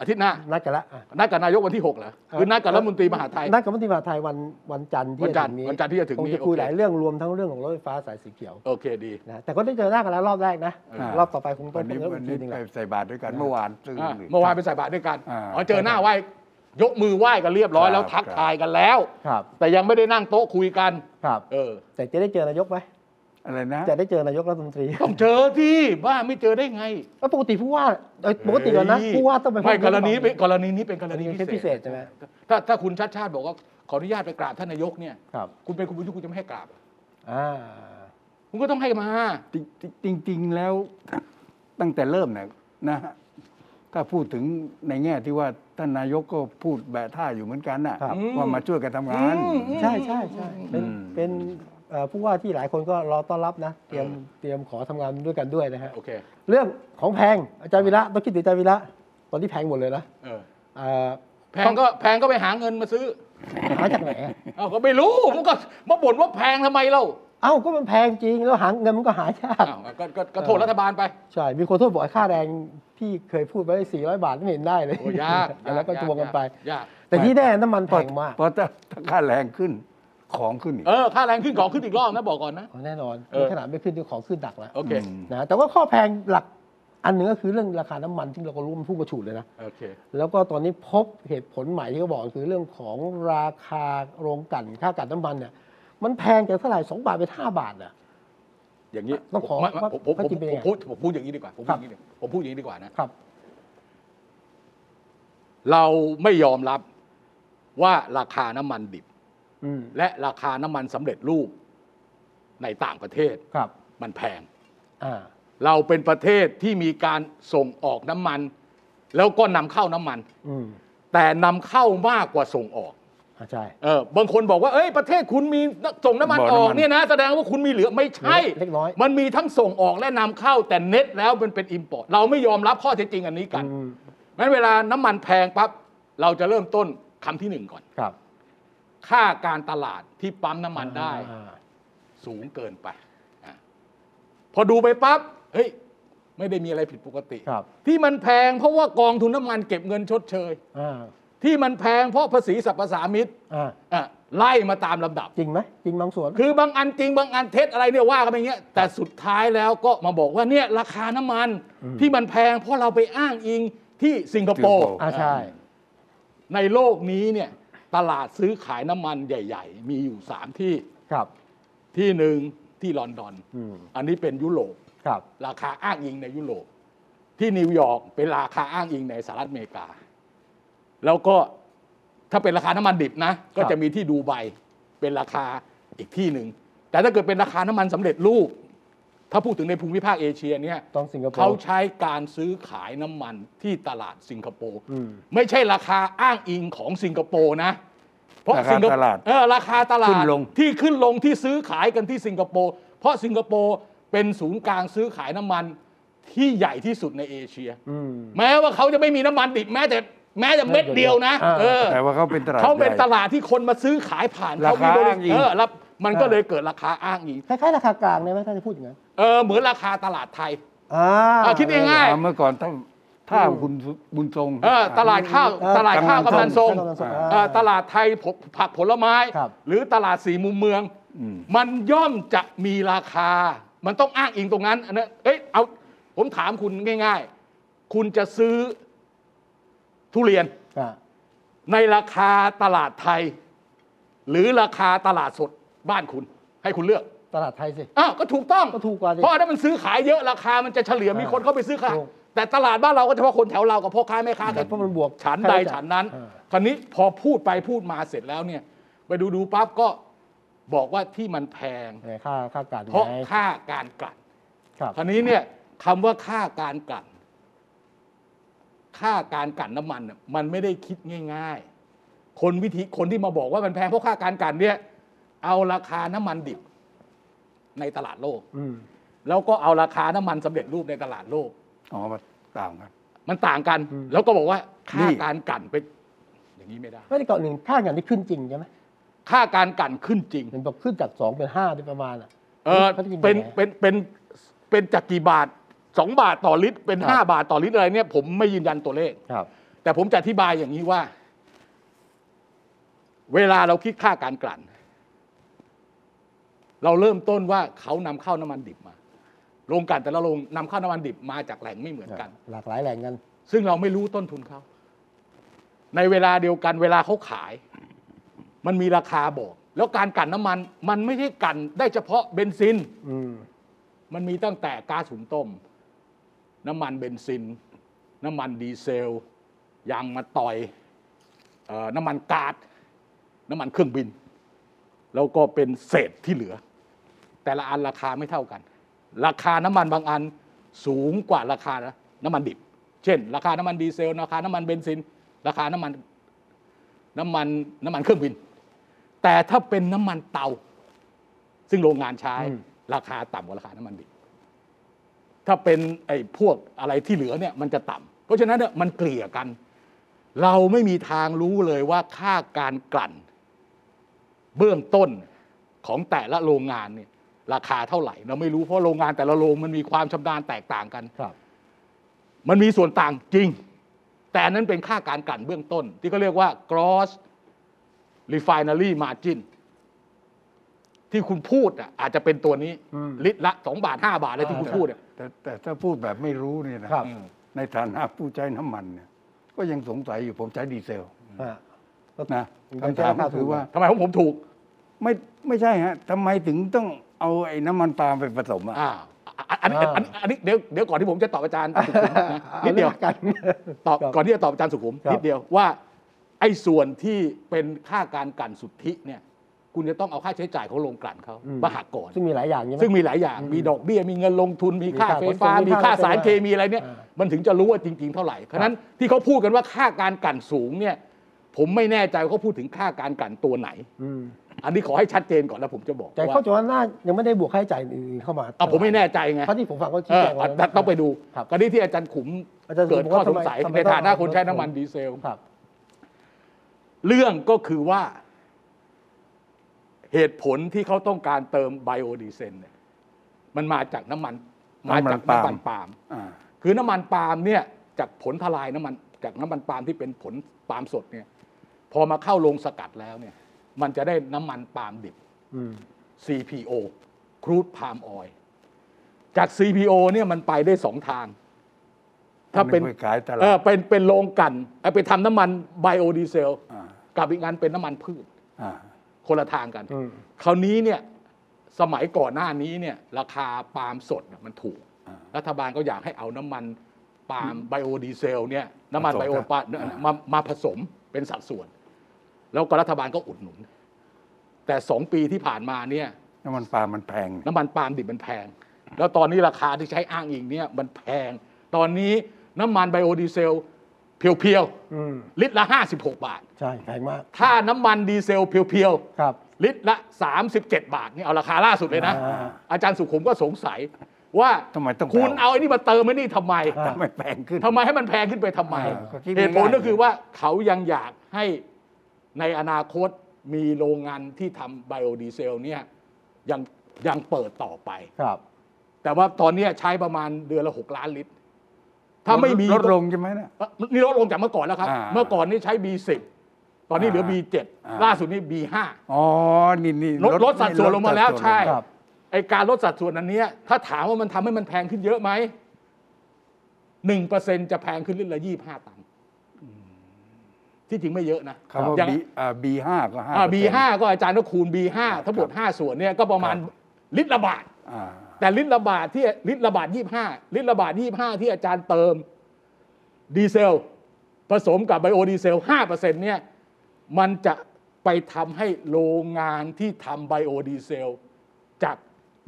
S2: อาทิตย์หน้า
S1: นัดกันละอ่ะ
S2: นัดกับนายกวันที่6เหรอหรือนัดกับรัฐมนตรีมหาดไทย
S1: นัดกับรัฐมนตรีมหาดไทยวันวันจันทร์ที่
S2: วันจันทร์วันจันทร์ที่จะถึง
S1: คง
S2: นี้
S1: จะคุย
S2: โอเค
S1: หลายเรื่องรวมทั้งเรื่องของรถไฟฟ้าสายสีเขียว
S2: โอเคดี
S1: นะแต่ก็ได้เจอหน้ากันแล้วรอบแรกนะ
S3: อ่าร ร
S1: อบต่อไปคงต้อ
S3: วั
S1: ง
S3: นนี้
S1: เริ่ม
S3: วั
S1: อี
S3: น
S1: กที
S3: นี้
S1: หนึงแห
S3: ไป
S1: ละ
S3: ใส่บาตรด้วยกันเมื่อวานซึ่ง
S2: อ่ะเมื่อวานไปใส่บาตรด้วยกัน
S3: อ่า
S2: อ๋อเจอหน้าไหว้ยกมือไหว้กันเรียบร้อย
S3: ครับ
S2: แล้วทัก
S3: ครับ
S2: ทายกันแล้ว
S1: ครับ
S2: แต่ยังไม่ได้นั่งโต๊ะคุยกัน
S1: ครับ
S2: เออ
S1: แต่จะได้เจอนายกไหม
S3: อะไรนะ
S1: จะได้เจอนายกรัฐมนตรี
S2: ต้องเจอที่บ้าไม่เจอได้ไง
S1: แล้วปกติผู้ว่าเอ้ยปกติก่อนนะ
S2: เฮ้ย
S1: ผู้ว่าต้องไปพบ
S2: ไม่กรณี
S1: ผู้ว่า
S2: เป็นกรณีนี้เป็นกรณี
S1: เป็นพิ
S2: พิ
S1: เศ
S2: เศ
S1: ษ
S2: ษ
S1: ใช่ไหม
S2: ถ้าถ้าคุณชาติชาติบอกว่าขออนุญาตไปกราบท่านนายกเนี่ย
S1: ครับ
S2: คุณเป็นคุณบุญชูคุณจะไม่ให้กราบ
S1: อ่า
S2: คุณก็ต้องให้มา
S3: จริงจริงๆแล้วตั้งแต่เริ่มเนี่ยนะฮะถ้าพูดถึงในแง่ที่ว่าท่านนายกก็พูดแบะท่าอยู่เหมือนกันน่ะ
S2: อืม
S3: ว่ามาช่วยกันทำงาน
S1: ใช่ใช่ใช่เป็น
S3: อืม
S1: เป็นเอ่อผู้ว่าที่หลายคนก็รอต้อนรับนะเตรียมเตรียมขอทำงานด้วยกันด้วยนะฮะ
S2: โอเค
S1: เรื่องของแพงอาจารย์วิระต้องคิดถึงอาจารย์วิระตอนที่แพงหมดเลยนะ
S2: เออ
S1: เอ่อ
S2: แพงก็แพง ก็ไปหาเงินมาซื้อ
S1: หาจากไหนอะ
S2: เอาก็ไม่รู้ มันก็มาบ่นว่าแพงทำไมเล่า
S1: เอ้าก็มันแพงจริงแล้วหาเงินมันก็หายาก
S2: อ้าวก็ก็ก็โทษรัฐบาลไป
S1: ใช่ มีคนโทษบอกไอ้ค่าแรงที่เคยพูดไว้ 400 บาทไม่เห็นได้เลย
S2: โอ้ ยาก
S1: แล้วก็
S2: ยา
S1: ทวงกันไป
S2: ยาก
S1: แต่ที่แน่น้ำมันแพงมาก
S3: เพราะถ้าถ้าค่าแรงขึ้นของขึ้นอีก
S2: เออค่าแรงขึ้นของขึ้นอีกรอบนะบอกก่อนนะ
S1: อ๋อแน่นอน
S2: เออ
S1: ขนาดไม่ขึ้นด้วยของขึ้นดักแล้ว
S2: โอเค
S3: อืม
S1: นะแต่ว่าข้อแพงหลักอันหนึ่งก็คือเรื่องราคาน้ำมันที่เราก็รู้มันพุ่งกระฉูดเลยนะ
S2: โอเค
S1: แล้วก็ตอนนี้พบเหตุผลใหม่ที่เขาบอกคือเรื่องของราคาโรงกลั่นค่ากลั่นน้ำมันเนี่ยมันแพงจากเท่าไหร่สองบาทไปห้าบาทอ่ะ
S2: อย่างนี้
S1: ต้องขอ
S2: ไม่ไม่ผมผม
S1: ว่า
S2: ผ
S1: จริ
S2: ม
S1: งเป็นยังไง
S2: ผมพูดผมพูดอย่างนี้ดีกว่าผมพูดอย่างนี้ดีกว่าผมพูดอย่างนี้ดีกว่านะ
S1: ครับ
S2: เราไม่ยอมรับว่าราคาน้ำมันดิบ
S1: อืม
S2: และราคาน้ำมันสำเร็จรูปในต่างประเทศ
S1: ครับ
S2: มันแพง
S1: อ่า
S2: เราเป็นประเทศที่มีการส่งออกน้ำมัน แล้วก็นำเข้าน้ำมัน
S1: อืม
S2: แต่นำเข้ามากกว่าส่งออก
S1: อ่าใช่
S2: เออบางคนบอกว่าเอ้ยประเทศคุณมีส่งน้ำมัน
S3: บ่อ
S2: อ
S3: น้ำ
S2: อ
S3: มัน
S2: กเนี่ยนะแสดงว่าคุณมีเหลือไม่ใช่
S1: เล็กน้อย
S2: มันมีทั้งส่งออกและนำเข้าแต่เน็ตแล้วมันเป็นอิมพอร์ตเราไม่ยอมรับข้อเท็จจริงอันนี้กัน
S1: อืม
S2: งั้นเวลาน้ำมันแพงปั๊บเราจะเริ่มต้นคำที่หนึ่งก่อน
S1: ครับ
S2: ค่าการตลาดที่ปั๊มน้ำมันได้
S1: อ่า
S2: สูงเกินไปอ่ะพอดูไปปั๊บ เฮ้ย ไม่ได้มีอะไรผิดปกติ
S1: ครับ
S2: ที่มันแพงเพราะว่ากองทุนน้ำมันเก็บเงินชดเชย
S1: อ่า
S2: ที่มันแพงเพราะภาษีสรรพสามิต
S1: อ่า
S2: อ่ะไล่มาตามลำดับ
S1: จริงไหมจริงบางส่วน
S2: คือบางอันจริงบางอันเท็จอะไรเนี่ยว่ากันไปอย่างเงี้ย แต่สุดท้ายแล้วก็มาบอกว่าเนี่ยราคาน้ำมัน
S1: อืม
S2: ที่มันแพงเพราะเราไปอ้างอิงที่สิงคโปร์
S3: สิงคโปร์
S1: อ่าใช่
S2: ในโลกนี้เนี่ยตลาดซื้อขายน้ำมันใหญ่ ๆ มีอยู่สามที่
S1: ครับ
S2: ที่หนึ่งที่ลอนดอน
S1: อืม
S2: อันนี้เป็นยุโรป
S1: ครับ
S2: ราคาอ้างอิงในยุโรป ที่นิวยอร์กเป็นราคาอ้างอิงในสหรัฐอเมริกา แล้วก็ถ้าเป็นราคาน้ำมันดิบนะ ก็จะมีที่ดูไบเป็นราคาอีกที่หนึ่ง แต่ถ้าเกิดเป็นราคาน้ำมันสำเร็จรูป ถ้าพูดถึงในภูมิภาคเอเชียเนี่ย
S1: ต้องสิงคโปร์
S2: เขาใช้การซื้อขายน้ำมันที่ตลาดสิงคโปร์
S1: อืม
S2: ไม่ใช่ราคาอ้างอิงของสิงคโปร์นะ เพราะ
S3: ราคา
S2: สิงคโป
S3: ตลาด
S2: เออราคาตลาด
S3: ขึ้นลง
S2: ที่ขึ้นลงที่ซื้อขายกันที่สิงคโปร์เพราะสิงคโปร์เป็นศูนย์กลางซื้อขายน้ำมันที่ใหญ่ที่สุดในเอเชีย
S1: อืม
S2: แม้ว่าเขาจะไม่มีน้ำมันดิบแม้แต่แม้แต่เม็ดเดียวนะ
S1: อ่า
S2: เออ
S3: แต่ว่าเขาเป็นตลาด
S2: เขาเป็น
S3: ใหญ่
S2: ตลาดที่คนมาซื้อขายผ่าน
S3: รา
S2: เขา
S3: คา
S2: มีบริ
S3: อ้างอิง
S2: เออแล้วมันก็เลยเกิดราคาอ้างอิง
S1: คล้ายๆราคากลางได้ไหมถ้าจะพูดอย่างนั้น
S2: เออเหมือนราคาตลาดไทย
S1: อ่า
S2: อ่ะคิดง่ายๆ
S3: อ่าเมื่อก่อนถ้าถ้า
S1: อืม
S3: คุณบุญทรง
S2: เออตลาดข้าว
S1: เออ
S2: ตลาดข้าวกำนันทรง
S1: กำลังส่ง
S3: อ่า
S2: เอ่
S1: อ่า
S2: อตลาดไทยผผักผลไม้
S1: ครับ
S2: หรือตลาดสี่มุมเมือง
S3: อืม
S2: มันย่อมจะมีราคา มันต้องอ้างอิงตรงนั้นอันนั้นเอ้ยเอาผมถามคุณง่าย ๆ คุณจะซื้อทุเรียน
S1: อ่า
S2: ในราคาตลาดไทย หรือราคาตลาดสดบ้านคุณ ให้คุณเลือก
S1: ตลาดไทยสิ
S2: อ้าวก็ถูกต้อง
S1: ก็ถูกกว่าสิ
S2: เพราะอันนั้นมันซื้อขายเยอะราคามันจะเฉลี่ยมีคนเข้าไปซื้อขาย
S1: ถูก
S2: แต่ตลาดบ้านเราก็เฉพาะคนแถวเรากับพ่อค้าแม่ค้า
S1: แต่
S2: กัน
S1: เพราะมันบวก
S2: ฉันใด
S1: ค่าช้จ่าย
S2: ฉันนั้น
S1: อ่า
S2: คราวนี้พอพูดไปพูดมาเสร็จแล้วเนี่ย ไปดูดูปั๊บก็บอกว่าที่มันแพง
S1: ไงค่าค่าการ
S2: เพราะ
S1: ไง
S2: ค่าการกลั่น
S1: ครับ
S2: คราวนี้เนี่ยคำว่าค่าการกลั่น ค่าการกลั่นน้ำมันน่ะมันไม่ได้คิดง่าย ๆ คนวิธีคนที่มาบอกว่ามันแพงเพราะค่าการกลั่นเนี่ยเอาราคาน้ำมันดิบในตลาดโลก
S1: อืม
S2: แล้วก็เอาราคาน้ำมันสำเร็จรูปในตลาดโลก
S3: อ๋อมาต่างกัน
S2: มันต่างกัน แล้วก็บอกว่า
S3: นี่
S2: ค่าการกลั่นไปอย่างนี้ไม่ได้
S1: ไม่ได้เกาะหนึ่งค่าการที่ขึ้นจริงใช่ไหม
S2: ค่าการกลั่นขึ้นจริง
S1: เห็นบอกขึ้นจากสองเป็นห้าเป็นประมาณอ่ะ
S2: เออ
S1: ขาจะกิ
S2: เป็น
S1: ยังไง
S2: เป็น เป็น เป็นจากกี่บาท 2 บาทต่อลิตร เป็น 5 บาทต่อลิตรอะไรเนี่ย ผมไม่ยืนยันตัวเลข
S1: ครับ
S2: แต่ผมจะอธิบายอย่างนี้ว่า เวลาเราคิดค่าการกลั่น เราเริ่มต้นว่าเขานำเข้าน้ำมันดิบมา โรงกลั่นแต่ละโรงนำเข้าน้ำมันดิบมาจากแหล่งไม่เหมือนกัน
S1: หลากหลายแหล่งกัน
S2: ซึ่งเราไม่รู้ต้นทุนเขา ในเวลาเดียวกันเวลาเขาขาย มันมีราคาบอก แล้วการกลั่นน้ำมัน มันไม่ใช่กลั่นได้เฉพาะเบนซิน
S1: อืม
S2: มันมีตั้งแต่ก๊าซหุงต้ม น้ำมันเบนซิน น้ำมันดีเซล ยางมะตอยเอ่อน้ำมันกา๊าซน้ำมันเครื่องบิน แล้วก็เป็นเศษที่เหลือ แต่ละอันราคาไม่เท่ากัน ราคาน้ำมันบางอันสูงกว่าราคาน้ำมันดิบ เช่น ราคาน้ำมันดีเซล ราคาน้ำมันเบนซิน ราคาน้ำมันน้ำมันน้ำมันเครื่องบิน แต่ถ้าเป็นน้ำมันเตา ซึ่งโรงงานใช้
S1: อืม
S2: ราคาต่ำกว่าราคาน้ำมันดิบ ถ้าเป็นไอ้พวกอะไรที่เหลือเนี่ยมันจะต่ำเพราะฉะนั้นเนี่ยมันเกลี่ยกัน เราไม่มีทางรู้เลยว่าค่าการกลั่น เบื้องต้นของแต่ละโรงงานเนี่ย ราคาเท่าไหร่ เราไม่รู้เพราะโรงงานแต่ละโรงมันมีความชำนาญแตกต่างกัน
S1: ครับ
S2: มันมีส่วนต่างจริง แต่อันนั้นเป็นค่าการกลั่นเบื้องต้น ที่เขาเรียกว่า gross refinery margin ที่คุณพูดอ่ะอาจจะเป็นตัวนี้
S1: อืม
S2: ลิตรละ 2 บาท 5 บาทอะไรที่คุณพูดอ่ะ
S3: แต่แต่ถ้าพูดแบบไม่รู้เนี่ยนะครับ
S2: อืม
S3: ในฐานะผู้ใช้น้ำมันเนี่ย ก็ยังสงสัยอยู่ผมใช้ดีเซล
S1: ฮะ
S3: นะ
S1: ยัง
S3: คำ
S1: ใช้
S3: ถาม
S1: ราคา
S3: ก็
S1: ถูก
S3: คือก
S1: ว่า
S3: ว่า
S2: ทำไมของผมถูก
S3: ไม่ไม่ใช่ฮะทำไมถึงต้องเอาไอ้น้ำมันปาล์มไปผสมอ่ะ
S2: อ่าอันนี้อันนี้อันนี้เดี๋ยวเดี๋ยวก่อนที่ผมจะตอบอาจารย์สุขุมนะ นิดเดียว
S1: อารื่องกัน
S2: ตอบ
S1: ครับ
S2: ก่อนที่จะตอบอาจารย์สุขุม
S1: ครับ
S2: นิดเดียวว่า ไอ้ส่วนที่เป็นค่าการกลั่นสุทธิเนี่ย คุณจะต้องเอาค่าใช้จ่ายของโรงกลั่นเขามาหักก่อน
S1: ซึ่งมีหลายอย่างใช่ไหม
S2: ซึ่งมีหลายอย่าง มีดอกเบี้ย มีเงินลงทุน มีค่าไฟ
S1: มีค่า
S2: ฟ้า
S1: ขนส่ง
S2: มี
S1: มี
S2: ค่า
S1: ค่า
S2: สาร
S1: อะไร
S2: เคมีอะไรเนี่ย
S1: อ่า
S2: มันถึงจะรู้ว่าจริง ๆ เท่าไหร่ เพราะฉะนั้นที่เขาพูดกันว่าค่าการกลั่นสูงเนี่ย ผมไม่แน่ใจว่าเขาพูดถึงค่าการกลั่นตัวไหน
S1: อืม
S2: อันนี้ขอให้ชัดเจนก่อนแล้วผมจะบอก
S1: แต่
S2: ว่า
S1: เข้าใจว่าน่ายังไม่ได้บวกค่าใช้จ่ายอื่นๆเข้ามา
S2: อ่ะผมไม่แน่ใจไง
S1: เพราะที่ผมฟังเขา
S2: เอ
S1: ชี้
S2: อ
S1: แจงไว้
S2: อ่ะต้องไปดู
S1: ครับ
S2: กรณีที่อาจารย์ขุม
S1: อาจารย์ขุม
S2: เกิดข้อ
S1: ว่า
S2: ส
S1: ทำ
S2: ง
S1: ไม
S2: สัย
S1: ทำไม
S2: ในฐา
S1: ต้
S2: นะ
S1: องเอา
S2: คนใช้น้ำมันดีเซล
S1: ครับ
S2: เรื่องก็คือว่าเหตุผลที่เขาต้องการเติมไบโอดีเซนเนี่ยมันมาจากน้ำมัน มาจากน้ำมันปาล์ม
S3: อ่า
S2: คือน้ำมันปาล์มเนี่ยจากผลทลายน้ำมันจากน้ำมันปาล์มที่เป็นผลปาล์มสดเนี่ยพอมาเข้าโรงสกัดแล้วเนี่ยมันจะได้น้ำมันปาล์มดิบ
S1: อืม
S2: CPO crude palm oil จาก CPO เนี่ยมันไปได้สองทาง ถ้าเป็น
S3: อัไปขายตลา
S2: เออ
S3: ด
S2: เป็นเป็นโรงกลันเอ่อไปทำน้ำมันไบโอดีเซล
S3: อ่า
S2: กับอีกงานเป็นน้ำมันพืช
S3: อ่า
S2: คนละทางกัน
S1: อืม
S2: คราวนี้เนี่ยสมัยก่อนหน้านี้เนี่ยราคาปาล์มสดน่ะมันถูก รัฐบาลก็อยากให้เอาน้ำมันปาล์มไบโอดีเซลเนี่ยน้ำมันไบโอปาล์มมามาผสมเป็นสัดส่วน แล้วก็รัฐบาลก็อุดหนุน แต่สองปีที่ผ่านมาเนี่ย
S3: น้ำมันปาล์มมันแพง
S2: น้ำมันปาล์มดิบมันแพง แล้วตอนนี้ราคาที่ใช้อ้างอิงเนี่ยมันแพง ตอนนี้น้ำมันไบโอดีเซลเพียว
S1: อืม
S2: ๆลิตรละ 56 บาท
S1: ใช่ แพงมาก
S2: ถ้าน้ำมันดีเซลเพียวๆ
S1: ครับ
S2: ลิตรละ 37 บาทนี่เอาราคาล่าสุดเลยนะ
S1: อ่า
S2: อาจารย์สุขุมก็สงสัยว่า
S3: ทำไมต้อง
S2: คุณ
S3: แพง
S2: เอาไอ้นี่มาเติมไอ้นี่ทำไม
S3: ทำไมแพงขึ้น
S2: ทำไมให้มันแพงขึ้นไปทำไม
S3: อ่าก็คิด
S2: เห
S3: ง่าย
S2: ตุ
S3: ๆ
S2: ผลก็คือว่าเขายังอยากให้ในอนาคตมีโรงงานที่ทำไบโอดีเซลเนี่ยยังยังเปิดต่อไป
S1: ครับ
S2: แต่ว่าตอนเนี้ยใช้ประมาณเดือนละ 6 ล้านลิตร ถ้าไม่มี
S3: ลดลงใช่ไหมนะ
S2: เอ่อนี่ลดลงจากเมื่อก่อนแล้วครับ
S3: อ่า
S2: เมื่อก่อนนี่ใช้ B10 ตอนนี้เหลือ
S3: อ่า
S2: B7
S3: อ่า
S2: ล่าสุดนี่ B5
S3: อ๋อนี่นี่
S2: ลดลดสัดส่วนลงมาแล้ว
S3: ดสัด
S2: ใช่
S3: ลง
S1: ครับ
S2: ไอการลดสัดส่วนอันเนี้ยถ้าถามว่ามันทำให้มันแพงขึ้นเยอะไหมหนึ่งเปอร์เซ็นจะแพงขึ้นลิตรละยี่ห้าตังค์ที่จริงไม่เยอะนะ
S3: คำว่า
S2: อย่าง
S3: บีอ่าบีห้าก็ห้า
S2: บีห้าก็อาจารย์ก็คูณบีห้าทั้งหมดห้าส่วนเนี่ยก็ประมาณ
S3: ครับ
S2: ลิตรละบาท
S3: อ่า
S2: แต่ลิตรละบาทที่ลิตรละบาทยี่ห้าลิตรละบาทยี่ห้าที่อาจารย์เติม ดีเซล ผสมกับไบโอดีเซลห้าเปอร์เซ็นเนี่ยมันจะไปทำให้โรงงานที่ทำไบโอดีเซล จาก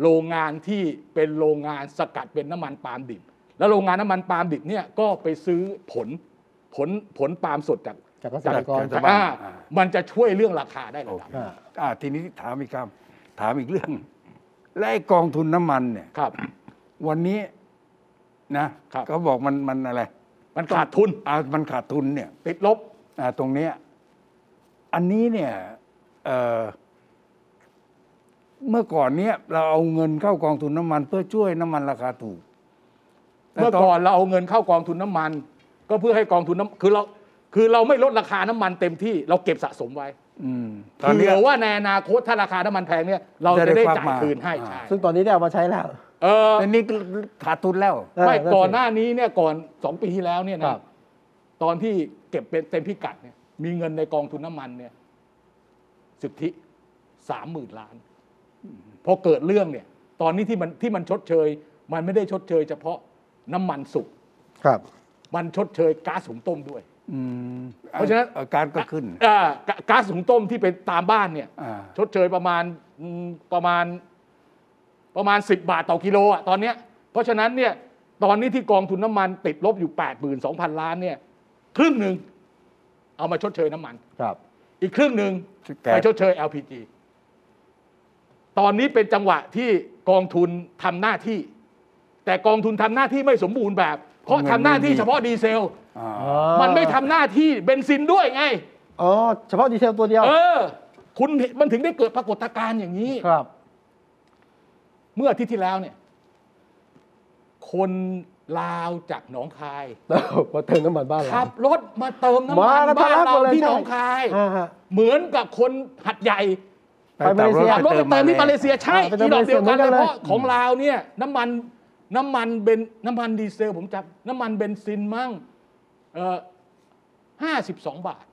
S2: โรงงานที่เป็นโรงงานสกัดเป็นน้ำมันปาล์มดิบ แล้วโรงงานน้ำมันปาล์มดิบเนี่ยก็ไปซื้อผลผลผลปาล์มสดจาก
S1: จากเกษตรกร
S2: จากอ่ามันจะช่วยเรื่องราคาได้
S3: โอ
S2: ระดับ
S3: เค
S1: อ่า
S3: อ่าทีนี้ถามอีกคำถามอีกเรื่อง และไอ้กองทุนน้ำมันเนี่ย
S2: ครับ
S3: วันนี้นะครับ เขาบอกมันมันอะไร
S2: มันขาดทุน
S3: อ่ามันขาดทุนเนี่ย
S2: ติดลบ
S3: อ่าตรงเนี้ยอันนี้เนี่ยเอ่อเมื่อก่อนเนี้ยเราเอาเงินเข้ากองทุนน้ำมัน เพื่อช่วยน้ำมันราคาถูกแต่
S2: เมื่อก่อนเราเอาเงินเข้ากองทุนน้ำมัน ก็เพื่อให้กองทุนน้ำคือเราคือเราไม่ลดราคาน้ำมันเต็มที่เราเก็บสะสมไว้
S3: อืมตอน
S2: เผื่
S3: เนี้ย
S2: อว่าในอนาคตถ้าราคาน้ำมันแพงเนี่ยเราจะได้จ่ายคืนให้
S3: อ่า
S2: ใช่
S1: ซึ่งตอนนี้ได้เอามาใช้แล้ว
S2: เออ
S3: ตอนนี้ขาดทุนแล้ว
S1: เออ
S2: ไม่
S1: สิ
S2: ก่อนหน้านี้เนี่ยก่อนสองปีที่แล้วเนี่ย
S1: ครั
S2: นะ
S1: บ
S2: ตอนที่เก็บเป็นเต็มพิกัดเนี่ยมีเงินในกองทุนน้ำมันเนี่ยสิทธิสามหมื่นล้านพอเกิดเรื่องเนี่ย ตอนนี้ที่มันที่มันชดเชย มันไม่ได้ชดเชย เฉพาะน้ำมันสุก
S1: ครับ
S2: มันชดเชยก๊าซหุงต้มด้วย
S3: อืม
S2: เพราะฉะนั้น
S3: อ่อการก็ขึ้น
S2: อ่าก๊าก๊าซหุงต้มที่เป็นตามบ้านเนี่ย
S3: อ่า
S2: ชดเชยประมาณอืมประมาณประมาณ 10 บาทต่อกิโลอ่ะตอนเนี้ยเพราะฉะนั้นเนี่ยตอนนี้ที่กองทุนน้ำมันติดลบอยู่ 82,000 ล้านเนี่ยครึ่งหนึ่งเอามาชดเชยน้ำมัน
S1: ครับ
S2: อีกครึ่งหนึ่ง
S3: แก๊
S2: ไป
S3: ส
S2: ชดเชย LPG ตอนนี้เป็นจังหวะที่กองทุนทำหน้าที่ แต่กองทุนทำหน้าที่ไม่สมบูรณ์แบบ เพราะทำหน้าที่เฉพาะดีเซล
S3: อ่า
S2: มันไม่ทำหน้าที่เบนซินด้วยไง
S1: อ๋อ เฉพาะดีเซลตัวเดียว
S2: เออ คุณเห็นมันถึงได้เกิดปรากฏการณ์อย่างนี้
S1: ครับ
S2: เมื่ออาทิตย์ที่แล้วเนี่ย คนลาวจากหนองคาย
S1: แล้วมาเติมน้ำมันบ้านเรา
S2: ขับรถมาเติมน้ำ
S1: มา
S2: มัน
S1: แล้ว
S2: บ้าน
S1: ทะลัก
S2: เรา
S1: มาเลย
S2: ที่
S1: ใช่
S2: หนองคาย
S1: อ่าฮะ
S2: เหมือนกับคนหัดใหญ่
S1: ไปมาเลเซีย
S2: ขับรถไปเติมที่มาเลเซียใช่
S1: ไปเติ
S2: ที่
S1: ม
S2: เราเดียวกัน
S1: มาเลเซียเหมือนกัน
S2: เลย
S1: เลย
S2: เพราะของลาวเนี่ย น้ำมันน้ำมันเบนน้ำมันดีเซลผมจำน้ำมันเบนซินมั่งเออห้าสิบสองบาท